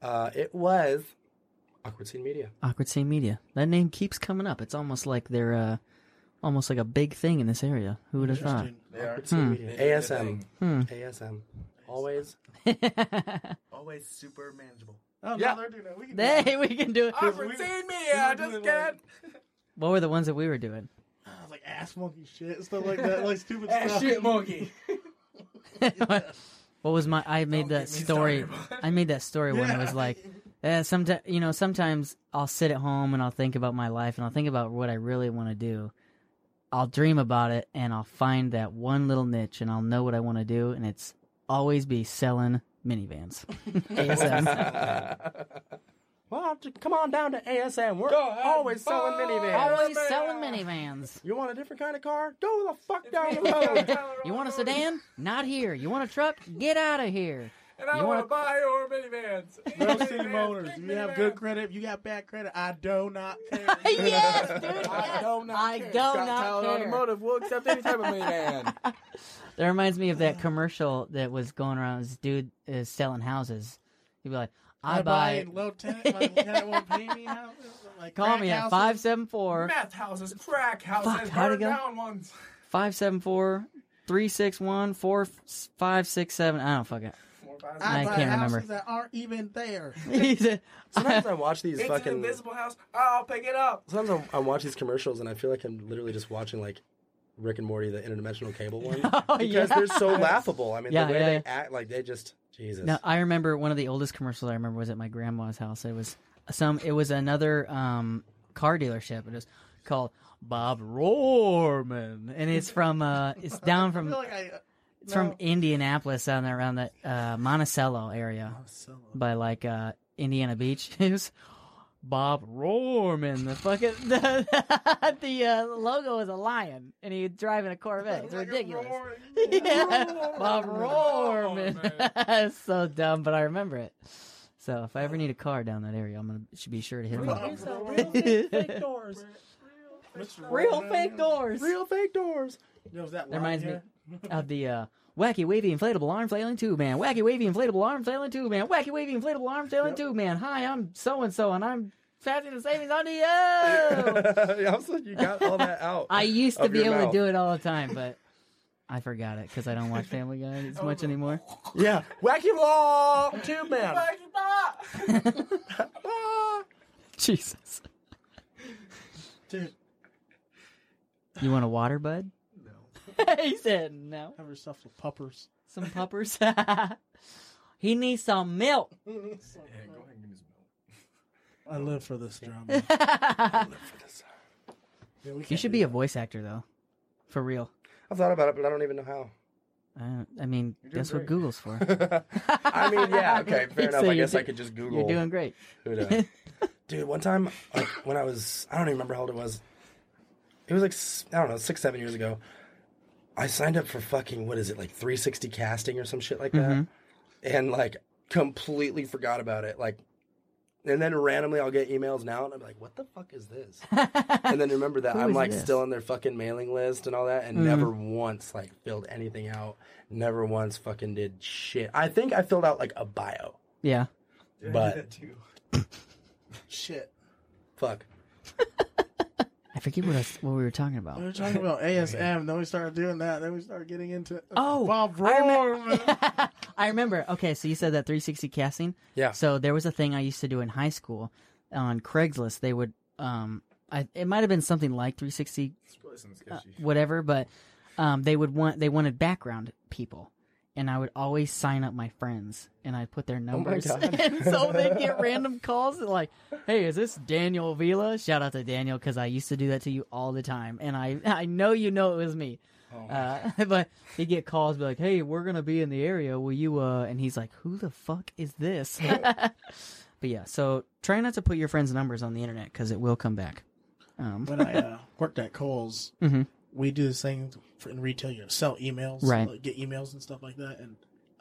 Speaker 3: Uh, it was awkward scene media.
Speaker 1: Awkward Scene Media. That name keeps coming up. It's almost like they're uh, almost like a big thing in this area. Who would have thought?
Speaker 2: Interesting.
Speaker 4: a- They are.
Speaker 3: Awkward scene
Speaker 4: They
Speaker 3: media.
Speaker 4: did their
Speaker 3: ASM.
Speaker 4: thing.
Speaker 1: Hmm.
Speaker 3: ASM. Always.
Speaker 4: Always super manageable.
Speaker 2: Oh,
Speaker 3: Yeah.
Speaker 2: no, they're doing that. We can do that.
Speaker 1: hey, we can do it.
Speaker 4: Awkward scene media.
Speaker 2: doing
Speaker 4: Just
Speaker 2: like-
Speaker 4: get
Speaker 1: What were the ones that we were doing?
Speaker 2: Ah, like ass monkey shit and stuff like that, like stupid stuff.
Speaker 4: monkey.
Speaker 1: what was my? I made
Speaker 4: Don't
Speaker 1: that
Speaker 4: get me
Speaker 1: story.
Speaker 4: started, bud.
Speaker 1: I made that story when it was
Speaker 2: Yeah.
Speaker 1: like, eh, sometimes you know, sometimes I'll sit at home and I'll think about my life and I'll think about what I really want to do. I'll dream about it and I'll find that one little niche and I'll know what I want to do and it's always be selling minivans. ASM.
Speaker 3: Well, j- come on down to ASM. We're always selling minivans.
Speaker 1: always selling
Speaker 4: uh,
Speaker 1: minivans.
Speaker 3: You want a different kind of car? Go the fuck down the road.
Speaker 1: You want a sedan? Not here. You want a truck? Get out of here.
Speaker 4: And I
Speaker 1: You
Speaker 4: want
Speaker 1: wanna-
Speaker 4: to buy your minivans.
Speaker 2: Real
Speaker 4: Minivans,
Speaker 2: City Motors. If
Speaker 4: big
Speaker 2: you have
Speaker 4: minivans.
Speaker 2: good credit, if you got bad credit, I do not care.
Speaker 1: yes, dude. yes.
Speaker 4: don't know.
Speaker 1: I do not care.
Speaker 4: will accept any type of minivan.
Speaker 1: That reminds me of that commercial that was going around. This dude is selling houses. He'd be like, "I, buy."
Speaker 2: I buy low tenant. My tenant won't pay me. Houses, like
Speaker 1: Call
Speaker 2: crack
Speaker 1: me at
Speaker 2: houses.
Speaker 1: five seven four
Speaker 4: Meth houses, crack houses,
Speaker 1: Fuck, how'd it
Speaker 4: burned
Speaker 1: go?
Speaker 4: down ones.
Speaker 1: five seven four three six one four five six seven. I don't fucking. I
Speaker 2: I, buy
Speaker 1: can't
Speaker 2: houses
Speaker 1: remember.
Speaker 2: that aren't even there.
Speaker 1: He's a-
Speaker 3: Sometimes I watch these
Speaker 4: It's
Speaker 3: fucking.
Speaker 4: an invisible house. I'll pick it up.
Speaker 3: Sometimes I, I watch these commercials and I feel like I'm literally just watching like Rick and Morty, the interdimensional cable one,
Speaker 1: Oh,
Speaker 3: because
Speaker 1: yeah.
Speaker 3: they're so laughable. I mean,
Speaker 1: Yeah,
Speaker 3: the way
Speaker 1: yeah,
Speaker 3: they
Speaker 1: yeah.
Speaker 3: act, like they just Jesus.
Speaker 1: No, I remember one of the oldest commercials I remember was at my grandma's house. It was some. It was another um, car dealership. It was called Bob Rohrman, and it's from. Uh, it's down
Speaker 2: I
Speaker 1: from.
Speaker 2: feel like I. Uh,
Speaker 1: It's
Speaker 2: no.
Speaker 1: from Indianapolis, down there around the uh, Monticello area,
Speaker 2: Solo.
Speaker 1: by like uh, Indiana Beach. It was Bob Rohrman. The fucking the, the uh, logo was a lion, and he was driving a Corvette. It's ridiculous. Yeah, Bob Rohrman. It's so dumb, but I remember it. So if I ever need a car down that area, I'm gonna should be sure to hit him up.
Speaker 3: fake doors.
Speaker 2: uh, Mr.
Speaker 1: Real
Speaker 2: Roman.
Speaker 1: fake doors
Speaker 3: Real fake doors.
Speaker 2: You know, is that
Speaker 1: That reminds me
Speaker 2: line
Speaker 1: of the uh, Wacky wavy inflatable arm flailing tube man. Wacky wavy inflatable arm flailing tube man. Wacky wavy inflatable arm flailing tube man. Hi, I'm so and so, and I'm passing the savings on to you.
Speaker 3: also, you got all that out.
Speaker 1: I used to
Speaker 3: of
Speaker 1: be
Speaker 3: your
Speaker 1: able to
Speaker 3: mouth.
Speaker 1: do it all the time, but I forgot it because I don't watch Family Guy as much anymore.
Speaker 3: Yeah, wacky law, tube man. Ah.
Speaker 1: Jesus,
Speaker 2: Dude,
Speaker 1: you want a water, bud? No. he said no.
Speaker 2: have yourself some puppers.
Speaker 1: Some puppers. he needs some milk.
Speaker 4: Yeah, go ahead and give me some milk.
Speaker 2: I live for this drama. Yeah, we
Speaker 1: You
Speaker 2: can't
Speaker 1: should
Speaker 2: do
Speaker 1: be a
Speaker 2: that.
Speaker 1: voice actor though, for real.
Speaker 3: I've thought about it, but I don't even know how.
Speaker 1: I, I mean, that's what
Speaker 4: great.
Speaker 1: Google's for.
Speaker 3: I mean, yeah, okay, fair
Speaker 1: So
Speaker 3: enough. I
Speaker 1: you're
Speaker 3: guess I
Speaker 1: do-
Speaker 3: could just Google.
Speaker 1: You're doing great.
Speaker 3: who to- Dude, one time, like, when I was, I don't even remember how old it was. It was like, s- I don't know, six, seven years ago. I signed up for fucking, what is it, like 360 casting or some shit like
Speaker 1: Mm-hmm.
Speaker 3: that. And like completely forgot about it. Like, and then randomly I'll get emails now and I'm like, what the fuck is this? and then remember that
Speaker 1: Who
Speaker 3: I'm
Speaker 1: is
Speaker 3: like
Speaker 1: this? Mm-hmm.
Speaker 3: still on their fucking mailing list and all that and never once like filled anything out. Never once fucking did shit. I think I filled out like a bio,
Speaker 1: Yeah.
Speaker 3: but
Speaker 2: Shit.
Speaker 3: fuck.
Speaker 1: I forget what, I, was- what we were talking
Speaker 2: We
Speaker 1: about.
Speaker 2: were talking about ASM, then we started doing that, then we started getting into uh,
Speaker 1: Oh,
Speaker 2: Bob
Speaker 1: I
Speaker 2: Roar. man.
Speaker 1: I remember. Okay, so you said that 360 casting.
Speaker 3: Yeah.
Speaker 1: So there was a thing I used to do in high school on Craigslist. They would, um, I, it might have been something like 360
Speaker 4: It's probably
Speaker 1: Uh,
Speaker 4: something sketchy.
Speaker 1: whatever, but um, they would want they wanted background people, and I would always sign up my friends and I'd put
Speaker 2: Oh
Speaker 1: their numbers,
Speaker 3: God.
Speaker 1: and so they get random calls and like, "Hey, is this Daniel Vila?" Shout out to Daniel because I used to do that to you all the time, and I I know you know it was me.
Speaker 2: Oh
Speaker 1: Uh, but he would get calls, be like, "Hey, we're gonna be in the area. Will you?" Uh, and he's like, "Who the fuck is this?" but yeah, so try not to put your friends' numbers on the internet because it will come back. Um,
Speaker 2: when I uh, worked at Kohl's,
Speaker 1: Mm-hmm.
Speaker 2: we do this thing for, in retail. You sell emails,
Speaker 1: Right.
Speaker 2: like, get emails and stuff like that. And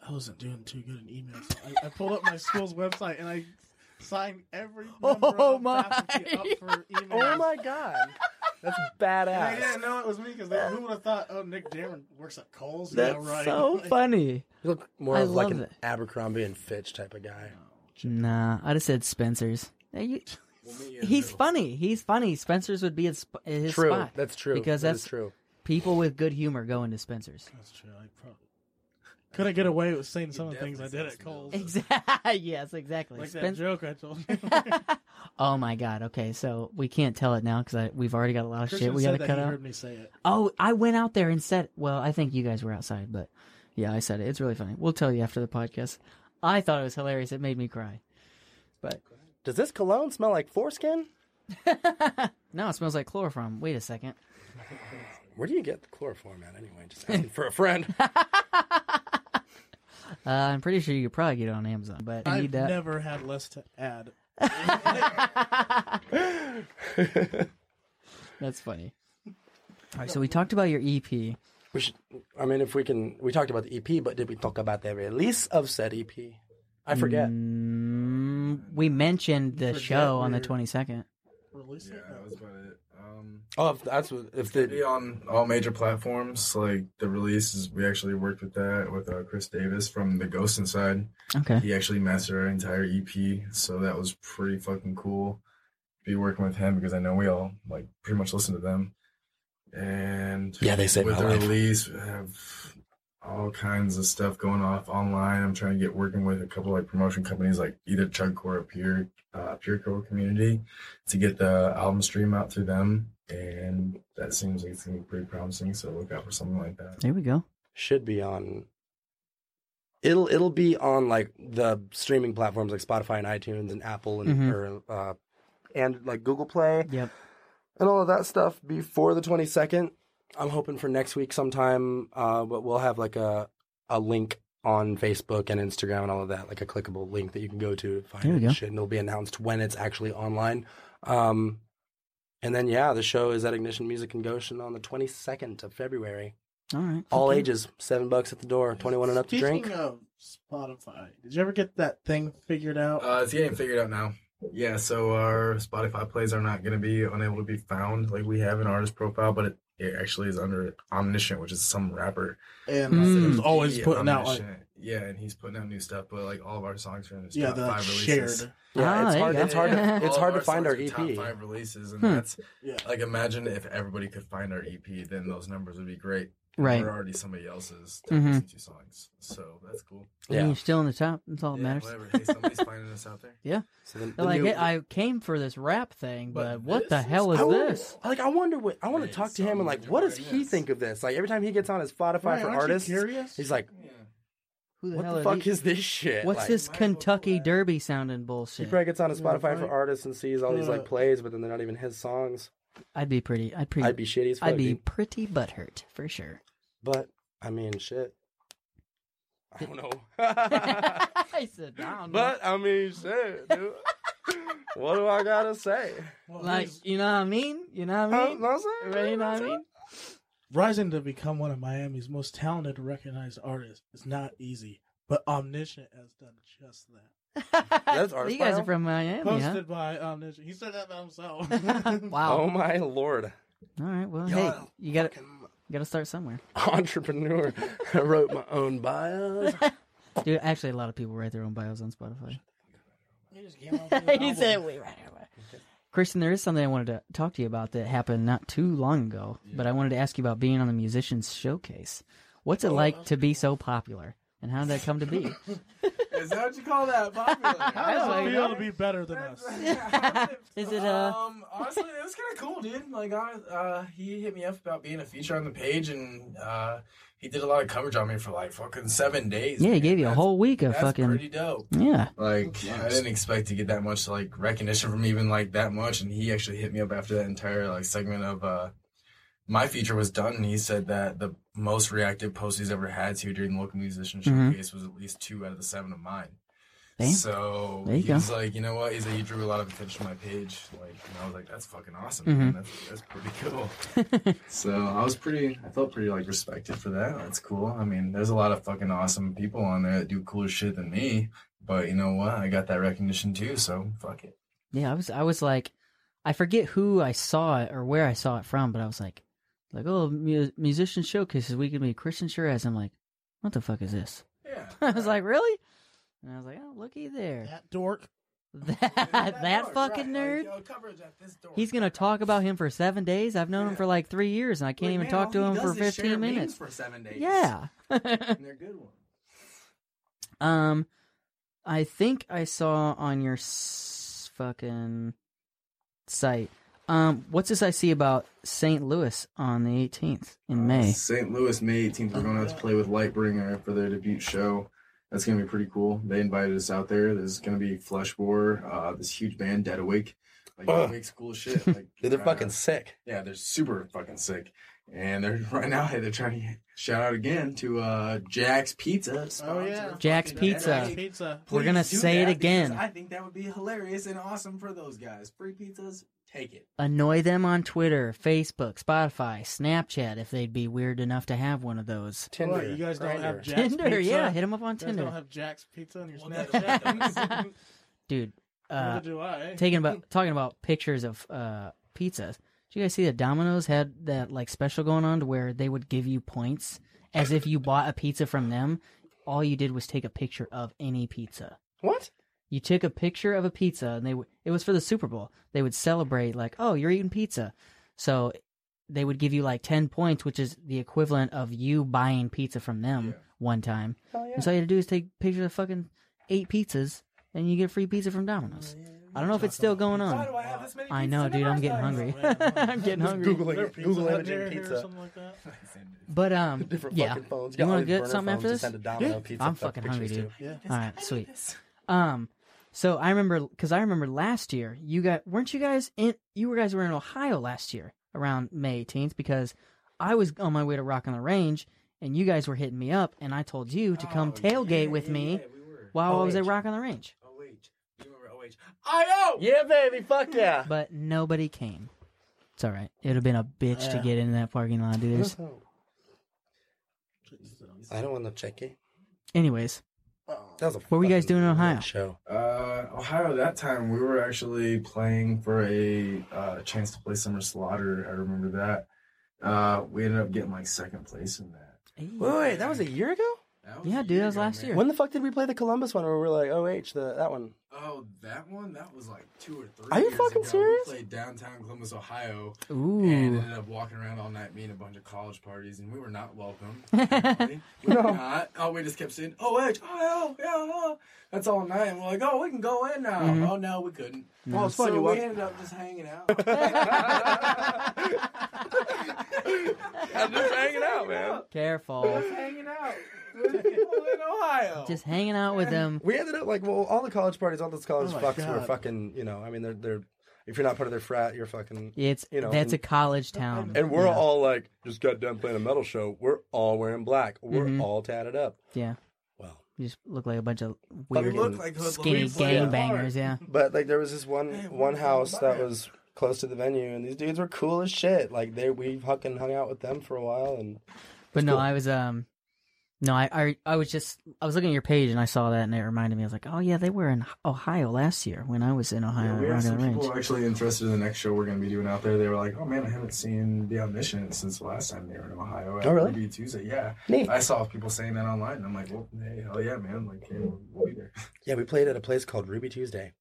Speaker 2: I wasn't doing too good in emails. So I, I pulled up my school's website and I signed every number
Speaker 1: Oh,
Speaker 2: on faculty
Speaker 1: my.
Speaker 2: up for emails.
Speaker 3: Oh my god, that's
Speaker 2: And They
Speaker 3: badass.
Speaker 2: didn't know it was me because who would have thought? Oh, Nick Darren works at Kohl's. Yeah,
Speaker 1: that's
Speaker 2: right.
Speaker 1: so
Speaker 2: Like,
Speaker 1: funny.
Speaker 3: You look more
Speaker 1: I
Speaker 3: of like
Speaker 1: love
Speaker 3: an
Speaker 1: it.
Speaker 3: Abercrombie and Fitch type of guy.
Speaker 1: Nah, I'd have said Spencer's. Hey, you-
Speaker 4: We'll meet you in the
Speaker 1: he's
Speaker 4: middle.
Speaker 1: funny. He's funny. Spencer's would be his, sp- his
Speaker 3: True,
Speaker 1: spot.
Speaker 3: that's true.
Speaker 1: Because
Speaker 3: That
Speaker 1: that's
Speaker 3: is true.
Speaker 1: People with good humor go into Spencer's.
Speaker 2: That's true. I probably couldn't get away with saying some of the
Speaker 4: definitely
Speaker 2: things I did
Speaker 4: says
Speaker 2: at Kohl's.
Speaker 1: Exactly. yes, exactly.
Speaker 2: Like that
Speaker 1: Spen-
Speaker 2: joke I told you.
Speaker 1: oh my God. Okay, so we can't tell it now because we've already got a lot of
Speaker 2: Christian
Speaker 1: shit we got
Speaker 2: said
Speaker 1: to
Speaker 2: that
Speaker 1: cut
Speaker 2: he
Speaker 1: out.
Speaker 2: heard me say it.
Speaker 1: Oh, I went out there and said, well, I think you guys were outside, but yeah, I said it. It's really funny. We'll tell you after the podcast. I thought it was hilarious. It made me cry. But
Speaker 3: Does this cologne smell like foreskin?
Speaker 1: no, it smells like chloroform. Wait a second.
Speaker 3: Where do you get the chloroform at anyway? Just asking for a friend.
Speaker 1: Uh, I'm pretty sure you could probably get it on Amazon, but I need that.
Speaker 2: I've never had less to add.
Speaker 1: That's funny. All right, so we talked about your E EP.
Speaker 3: We should. I mean, if we can, we talked about the EP, but did we talk about the release of said EP? I forget.
Speaker 1: Mm, we mentioned the
Speaker 2: Forget
Speaker 1: show on the
Speaker 2: we're-
Speaker 1: 22nd.
Speaker 2: Release
Speaker 4: Yeah,
Speaker 2: it?
Speaker 4: that was about it. Um,
Speaker 3: Oh, if that's what. If
Speaker 4: be
Speaker 3: the
Speaker 4: on all major platforms. Like the releases, we actually worked with that with uh, Chris Davis from the Ghost Inside.
Speaker 1: Okay.
Speaker 4: He actually mastered our entire EP, so that was pretty fucking cool. to Be working with him because I know we all like pretty much listen to them. And
Speaker 3: yeah, they saved
Speaker 4: with
Speaker 3: my
Speaker 4: the
Speaker 3: life.
Speaker 4: release, we have all kinds of stuff going off online. I'm trying to get working with a couple like promotion companies, like either Chugcore or Pure uh, Purecore Community, to get the album stream out through them. And that seems like it's gonna be pretty promising. So look out for something like that.
Speaker 1: There we go.
Speaker 3: Should be on. It'll it'll be on like the streaming platforms like Spotify and iTunes and Apple and or uh, and like Google Play.
Speaker 1: Yep.
Speaker 3: and all of that stuff before the 22nd. I'm hoping for next week sometime, uh, but we'll have like a a link on Facebook and Instagram and all of that, like a clickable link that you can go to to find
Speaker 1: There we
Speaker 3: it
Speaker 1: go.
Speaker 3: and shit, and it'll be announced when it's actually online. Um, and then yeah, the show is at Ignition Music in Goshen on the 22nd of February.
Speaker 1: All right.
Speaker 3: All
Speaker 1: Okay.
Speaker 3: ages, seven bucks at the door, 21 and up to drink.
Speaker 2: Speaking of Spotify, did you ever get that thing figured out?
Speaker 4: Uh, it's getting figured out now. Yeah, so our Spotify plays are not going to be unable to be found. Like we have an artist profile, but it it actually is under Omniscient, which is some rapper.
Speaker 2: And
Speaker 3: Hmm.
Speaker 1: Mm.
Speaker 2: it was always
Speaker 4: Yeah,
Speaker 2: putting out like
Speaker 4: Omniscient. yeah, and he's putting out new stuff, but like all of our songs are in his
Speaker 2: yeah,
Speaker 4: top
Speaker 2: the
Speaker 4: five
Speaker 2: like,
Speaker 4: releases.
Speaker 2: shared.
Speaker 1: Ah,
Speaker 3: Yeah, it's
Speaker 1: there
Speaker 3: hard.
Speaker 1: you go.
Speaker 3: It's hard. To, it's
Speaker 4: All
Speaker 3: hard
Speaker 4: of
Speaker 3: to find our E
Speaker 4: songs are Top
Speaker 3: EP.
Speaker 4: five releases, and
Speaker 1: Hmm.
Speaker 4: that's
Speaker 2: Yeah,
Speaker 4: like imagine if everybody could find our EP, then those numbers would be great.
Speaker 1: Right.
Speaker 4: We're already somebody else's top
Speaker 3: Mm-hmm.
Speaker 1: Mhm.
Speaker 4: 62 songs, so that's cool.
Speaker 1: And
Speaker 3: Yeah.
Speaker 1: you're still in the top. That's all that
Speaker 4: Yeah,
Speaker 1: matters.
Speaker 4: Whatever. Hey, somebody's finding us out there.
Speaker 3: So then,
Speaker 1: They're like, "Hey, I came for this rap thing, but,
Speaker 4: But
Speaker 1: what
Speaker 4: this
Speaker 1: the
Speaker 4: is
Speaker 1: hell is
Speaker 3: I wonder,
Speaker 1: this?
Speaker 3: Like, I wonder what I want to
Speaker 4: Right,
Speaker 3: talk to
Speaker 4: so
Speaker 3: him and like, what does
Speaker 4: yeah,
Speaker 3: he
Speaker 4: yes.
Speaker 3: think of this? Like, every time he gets on his Spotify
Speaker 2: Right,
Speaker 3: for
Speaker 2: aren't you
Speaker 3: artists,
Speaker 2: curious?
Speaker 3: he's like,
Speaker 4: Yeah.
Speaker 1: Who the
Speaker 3: what
Speaker 1: hell
Speaker 3: the
Speaker 1: are
Speaker 3: fuck
Speaker 1: these-
Speaker 3: is this shit?
Speaker 1: What's
Speaker 3: Like,
Speaker 1: this
Speaker 4: might as well
Speaker 1: Kentucky
Speaker 4: pull that.
Speaker 1: Derby sounding
Speaker 3: He
Speaker 1: bullshit?
Speaker 3: probably gets on his
Speaker 2: Yeah,
Speaker 3: Spotify for
Speaker 2: right.
Speaker 3: artists and sees all these
Speaker 2: Yeah.
Speaker 3: like plays, but then they're not even his songs.
Speaker 1: I'd be pretty. I'd pretty.
Speaker 3: I'd be shitty as fuck.
Speaker 1: I'd be
Speaker 3: dude.
Speaker 1: pretty butthurt for sure.
Speaker 3: But I mean, shit. I don't know.
Speaker 1: I said, I don't know.
Speaker 3: but I mean, shit, dude. what do I gotta say?
Speaker 2: well,
Speaker 1: like,
Speaker 2: he's
Speaker 1: you know what I mean? You know what I
Speaker 3: Huh?
Speaker 1: mean?
Speaker 3: That's it?
Speaker 1: Right, you know what
Speaker 3: That's
Speaker 1: I
Speaker 3: it?
Speaker 1: mean?
Speaker 2: rising to become one of Miami's most talented, recognized artists is not easy, but Omniscient has done just that.
Speaker 3: That's artist
Speaker 1: you guys
Speaker 3: bio?
Speaker 1: are from Miami, huh?
Speaker 2: Posted by Omniscient, he said that by himself.
Speaker 1: wow.
Speaker 3: Oh my lord.
Speaker 1: All right. Well, hey,
Speaker 3: Y'all
Speaker 1: you got to
Speaker 3: Fucking
Speaker 1: got to start somewhere,
Speaker 3: Entrepreneur. I wrote my own bios.
Speaker 1: dude. Actually, a lot of people write their own bios on Spotify.
Speaker 2: he just came out with an album.
Speaker 1: "We right Christian, there is something I wanted to talk to you about that happened not too long ago, but I wanted to ask you about being on the musicians showcase. What's
Speaker 4: Oh,
Speaker 1: it like to be so popular, and how did that come to be?
Speaker 4: Is that what you call that? Popular.
Speaker 2: How does
Speaker 1: like,
Speaker 2: it feel to be better than us?
Speaker 1: Is it uh?
Speaker 4: Um, honestly, it was kind of cool, dude. Like, I- uh, he hit me up about being a feature on the page, and uh, he did a lot of coverage on me for like fucking seven days.
Speaker 1: Yeah, he
Speaker 4: man.
Speaker 1: gave you a
Speaker 4: That's-
Speaker 1: whole week of
Speaker 4: That's
Speaker 1: fucking.
Speaker 4: pretty dope.
Speaker 1: Yeah.
Speaker 4: Like, I didn't expect to get that much like recognition from even like that much, and he actually hit me up after that entire like segment of uh, my feature was done, and he said that the most reactive post he's ever had to during the local musician
Speaker 1: Mhm.
Speaker 4: showcase was at least two out of the seven of mine.
Speaker 1: Damn.
Speaker 4: So
Speaker 1: There you
Speaker 4: he
Speaker 1: go.
Speaker 4: was like, you know what? He's like, you drew a lot of attention to my page. Like, and I was like, that's fucking awesome.
Speaker 1: Mhm.
Speaker 4: Man. That's, that's pretty cool. so I was pretty, I felt pretty like respected for that. That's cool. I mean, there's a lot of fucking awesome people on there that do cooler shit than me. But you know what? I got that recognition too. So fuck it.
Speaker 1: Yeah, I was I was like, I forget who I saw it or where I saw it from, but I was like, like oh, mu- musician showcases weekend be Christian Shiraz. I'm like, what the fuck is this?
Speaker 4: Yeah.
Speaker 1: I was like, really? And I was like, oh, looky there,
Speaker 2: That dork.
Speaker 1: that that fucking nerd. He's gonna talk about him for seven days. I've known him
Speaker 4: Yeah.
Speaker 1: for like three years, and I can't even talk to him for fifteen minutes.
Speaker 4: for seven days.
Speaker 1: Yeah.
Speaker 4: and they're good ones.
Speaker 1: Um, I think I saw on your s- fucking site. Um, what's this I see about St. Louis on the 18th in May?
Speaker 4: St. Louis, May 18th, we're going out to play with Lightbringer for their debut show. That's going to be pretty cool. They invited us out there. There's going to be Flesh War, uh, this huge band, Dead Awake. Like,
Speaker 3: Ugh.
Speaker 4: Awake's cool as shit. Like,
Speaker 3: Dude, they're
Speaker 4: uh,
Speaker 3: fucking sick.
Speaker 4: Yeah, they're super fucking sick. And they're right now, hey, they're trying to shout out again to uh, Jack's Pizza.
Speaker 3: Oh,
Speaker 4: sponsor
Speaker 2: Oh, yeah.
Speaker 1: Jack's
Speaker 4: fucking Dead
Speaker 1: Pizza.
Speaker 4: Awake.
Speaker 2: Pizza.
Speaker 1: We're gonna
Speaker 4: Please do
Speaker 1: say it
Speaker 4: that because
Speaker 1: again.
Speaker 4: I think that would be hilarious and awesome for those guys. Free pizzas, take it.
Speaker 1: Annoy them on Twitter, Facebook, Spotify, Snapchat if they'd be weird enough to have one of those.
Speaker 3: Tinder.
Speaker 2: What, you guys don't have
Speaker 3: Grindr.
Speaker 2: Jack- Jack's
Speaker 1: Tinder,
Speaker 2: Pizza?
Speaker 1: yeah, hit them up on
Speaker 2: You guys
Speaker 1: Tinder,
Speaker 2: don't have Jack's Pizza on your
Speaker 4: Well, that-
Speaker 2: Snapchat.
Speaker 1: dude. Uh,
Speaker 2: Neither do I.
Speaker 1: taking about talking about pictures of uh pizzas. Did you guys see that Domino's had that like special going on to where they would give you points as if you bought a pizza from them? All you did was take a picture of any pizza.
Speaker 3: What?
Speaker 1: You took a picture of a pizza, and they w- it was for the Super Bowl. They would celebrate like, oh, you're eating pizza, so they would give you like ten points, which is the equivalent of you buying pizza from them
Speaker 4: Yeah.
Speaker 1: one time.
Speaker 3: Hell yeah.
Speaker 1: And so all you had to do is take pictures of fucking eight pizzas, and you get a free pizza from Domino's. I don't know if it's still going on.
Speaker 4: I have this many
Speaker 1: I know, dude. I'm
Speaker 2: Oh,
Speaker 1: getting hungry. I'm getting hungry.
Speaker 3: Googling, Google imaging pizza.
Speaker 2: something like that.
Speaker 1: But um,
Speaker 3: Different
Speaker 1: yeah.
Speaker 3: fucking phones.
Speaker 1: You
Speaker 3: Got all
Speaker 1: want to
Speaker 3: these
Speaker 1: get
Speaker 3: burner
Speaker 1: something after
Speaker 3: phones to
Speaker 1: this?
Speaker 3: Send a Domino pizza
Speaker 1: I'm
Speaker 3: fuck
Speaker 1: fucking hungry,
Speaker 3: pictures
Speaker 1: dude.
Speaker 3: to.
Speaker 1: All right, sweet. Um, so I remember because I remember last year you got weren't you guys in you guys were in Ohio last year around May 18th because I was on my way to Rock on the Range and you guys were hitting me up and I told you to come
Speaker 4: Oh,
Speaker 1: tailgate with me while I was at
Speaker 3: OH.
Speaker 1: Rock on the Range,
Speaker 4: oh, I
Speaker 3: Yeah, baby. Fuck yeah.
Speaker 1: but nobody came. It's all right. It'd have been a bitch to get into that parking lot, dude. There's-
Speaker 3: I don't want no checky.
Speaker 1: Anyways,
Speaker 3: That was a
Speaker 1: What were you guys
Speaker 3: fucking
Speaker 1: doing in Ohio?
Speaker 3: great Show.
Speaker 4: Uh, Ohio. That time we were actually playing for a uh, chance to play Summer Slaughter. I remember that, Uh, we ended up getting like second place in that.
Speaker 3: Wait, wait, that was a year ago.
Speaker 4: That
Speaker 1: Yeah,
Speaker 4: a
Speaker 1: dude,
Speaker 4: year
Speaker 1: that was
Speaker 4: ago,
Speaker 1: last
Speaker 4: man.
Speaker 1: year.
Speaker 3: When the fuck did we play the Columbus one where we were like, oh h the that one?
Speaker 4: Oh, that one? That was like two or three.
Speaker 3: Are you
Speaker 4: years
Speaker 3: fucking
Speaker 4: ago. We
Speaker 3: serious?
Speaker 4: played downtown Columbus, Ohio, and
Speaker 1: Ooh.
Speaker 4: ended up walking around all night, being a bunch of college parties, and we were not welcome. apparently. we were not. Oh, we just kept saying, "Oh, Edge, oh, yeah, yeah, oh." That's all night, and we're like, "Oh, we can go in now." Oh no, we couldn't.
Speaker 3: Well, it's
Speaker 4: So
Speaker 3: funny.
Speaker 4: we
Speaker 3: what-
Speaker 4: ended up just hanging out.
Speaker 3: I'm just hanging out, man.
Speaker 1: Careful.
Speaker 4: hanging out with people in Ohio.
Speaker 1: Just hanging out with them.
Speaker 3: We ended up like, well, all the college parties, all those college
Speaker 2: Oh my
Speaker 3: fucks were
Speaker 2: God.
Speaker 3: fucking, you know, I mean, they're they're if you're not part of their frat, you're fucking.
Speaker 1: It's
Speaker 3: You know,
Speaker 1: that's a
Speaker 3: and-
Speaker 1: college town.
Speaker 3: And we're
Speaker 1: yeah.
Speaker 3: all like, just got done playing a metal show. We're all wearing black. We're
Speaker 1: Mhm.
Speaker 3: all tatted up.
Speaker 1: yeah.
Speaker 3: Well,
Speaker 1: You just look like a bunch of weird
Speaker 3: look
Speaker 4: like hoodlums.
Speaker 1: skinny
Speaker 4: We played hard.
Speaker 1: gangbangers. Yeah.
Speaker 3: but like there was this one
Speaker 4: Hey,
Speaker 3: one
Speaker 4: we're
Speaker 3: house
Speaker 4: all
Speaker 3: that
Speaker 4: black.
Speaker 3: was close to the venue, and these dudes were cool as shit. Like they, we fucking hung out with them for a while, and
Speaker 1: But no,
Speaker 3: cool.
Speaker 1: I was um, no, I, I I was just I was looking at your page and I saw that and it reminded me. I was like, oh yeah, they were in Ohio last year when I was in
Speaker 3: Uh,
Speaker 1: Ohio.
Speaker 4: Yeah,
Speaker 1: at
Speaker 4: we have
Speaker 1: Rock
Speaker 4: some
Speaker 1: on the
Speaker 4: people
Speaker 1: Range.
Speaker 4: actually interested in the next show we're going to be doing out there. They were like, "Oh man, I haven't seen Beyond Mission since the last time they were in Ohio." At
Speaker 3: Oh, really?
Speaker 4: Ruby Tuesday, yeah.
Speaker 3: Neat.
Speaker 4: I saw people saying that online, and I'm like, "Well, hey, hell yeah, man! Like, hey, we'll, we'll be there."
Speaker 3: yeah, we played at a place called Ruby Tuesday,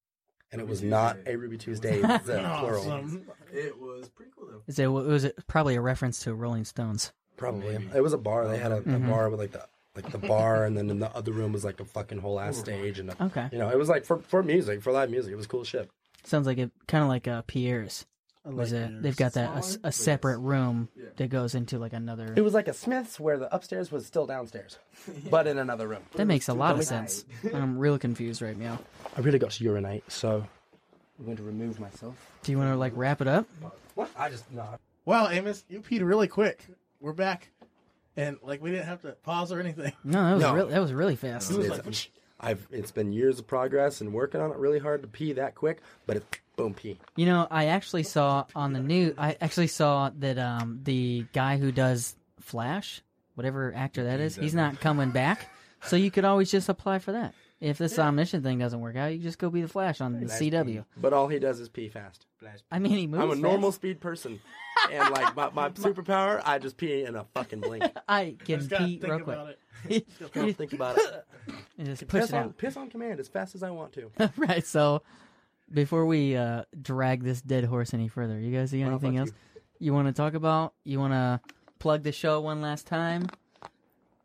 Speaker 3: and it was
Speaker 4: Ruby
Speaker 3: not
Speaker 4: Tuesday.
Speaker 3: a Ruby Tuesday, it's a plural,
Speaker 2: Awesome.
Speaker 4: It was pretty cool though.
Speaker 1: So it was probably a reference to Rolling Stones.
Speaker 3: probably.
Speaker 4: Maybe.
Speaker 3: It was a bar. They had a,
Speaker 1: Mhm.
Speaker 3: a bar with like the like the bar, and then in the other room was like a fucking whole ass stage, and a,
Speaker 1: Okay,
Speaker 3: you know, it was like for for music, for live music. It was cool as shit.
Speaker 1: sounds like it, kind of like uh, Pierre's.
Speaker 2: I
Speaker 1: Was
Speaker 2: like
Speaker 1: it?
Speaker 2: yours.
Speaker 1: They've got that a s-
Speaker 4: Smaller,
Speaker 1: a,
Speaker 4: but
Speaker 1: separate
Speaker 4: yes.
Speaker 1: room
Speaker 4: Yeah.
Speaker 1: that goes into like another.
Speaker 3: It was like a Smith's where the upstairs was still downstairs, but in another room.
Speaker 1: That makes a lot of
Speaker 3: Don't
Speaker 1: sense. I'm real confused right now.
Speaker 3: I really got to urinate, so I'm going to remove myself.
Speaker 1: Do you want to like wrap it up?
Speaker 3: What? I just no.
Speaker 2: Well, Amos, you peed really quick. We're back, and like we didn't have to pause or anything.
Speaker 1: No, that was
Speaker 3: No.
Speaker 1: real that was really fast.
Speaker 2: It was
Speaker 3: It's-
Speaker 2: like, "Psh."
Speaker 3: I've it's been years of progress and working on it really hard to pee that quick, but it boom pee.
Speaker 1: You know, I actually saw on the news. I actually saw that um, the guy who does Flash, whatever actor that is, he's not coming back. So you could always just apply for that. If this omniscient thing doesn't work out, you just go be the Flash on the CW.
Speaker 3: But all he does is pee fast.
Speaker 1: I mean, he moves.
Speaker 3: I'm a
Speaker 1: fast.
Speaker 3: normal speed person, and like my, my superpower, I just pee in a fucking blink.
Speaker 1: I can
Speaker 2: Just gotta
Speaker 1: pee
Speaker 2: think
Speaker 1: real quick.
Speaker 2: about it.
Speaker 3: Don't think about it.
Speaker 1: And just push
Speaker 3: Piss
Speaker 1: it
Speaker 3: on,
Speaker 1: out.
Speaker 3: piss on command as fast as I want to.
Speaker 1: right. So before we uh, drag this dead horse any further, you guys see
Speaker 3: Well,
Speaker 1: anything
Speaker 3: fuck
Speaker 1: else you, want to talk about? You want to plug the show one last time?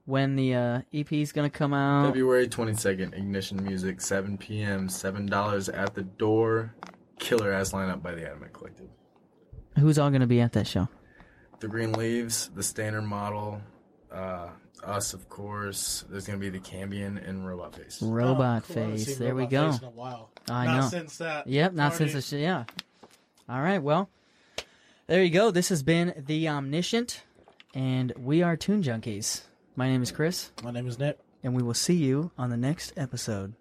Speaker 1: When the uh, EP is gonna come
Speaker 3: Oh.
Speaker 1: out?
Speaker 4: February 22nd, Ignition Music, 7 p.m., seven dollars at the door. Killer ass lineup by the Adamant Collective.
Speaker 1: Who's all going to be at that
Speaker 2: Oh,
Speaker 1: show?
Speaker 4: The Green Leaves, the Standard Model, uh, us of course. There's gonna be the Cambion and Robot Face.
Speaker 1: Robot
Speaker 2: Oh, cool. I haven't
Speaker 1: Face.
Speaker 2: seen
Speaker 1: There we
Speaker 2: Robot
Speaker 1: go.
Speaker 2: Face in a while.
Speaker 1: I
Speaker 2: not
Speaker 1: know.
Speaker 2: since that.
Speaker 1: Yep, not
Speaker 2: party.
Speaker 1: since the sh- yeah. All right, well, there you go. This has been the Omniscient, and we are Tune Junkies. My name is Chris,
Speaker 2: My name is Nick.
Speaker 1: and we will see you on the next episode.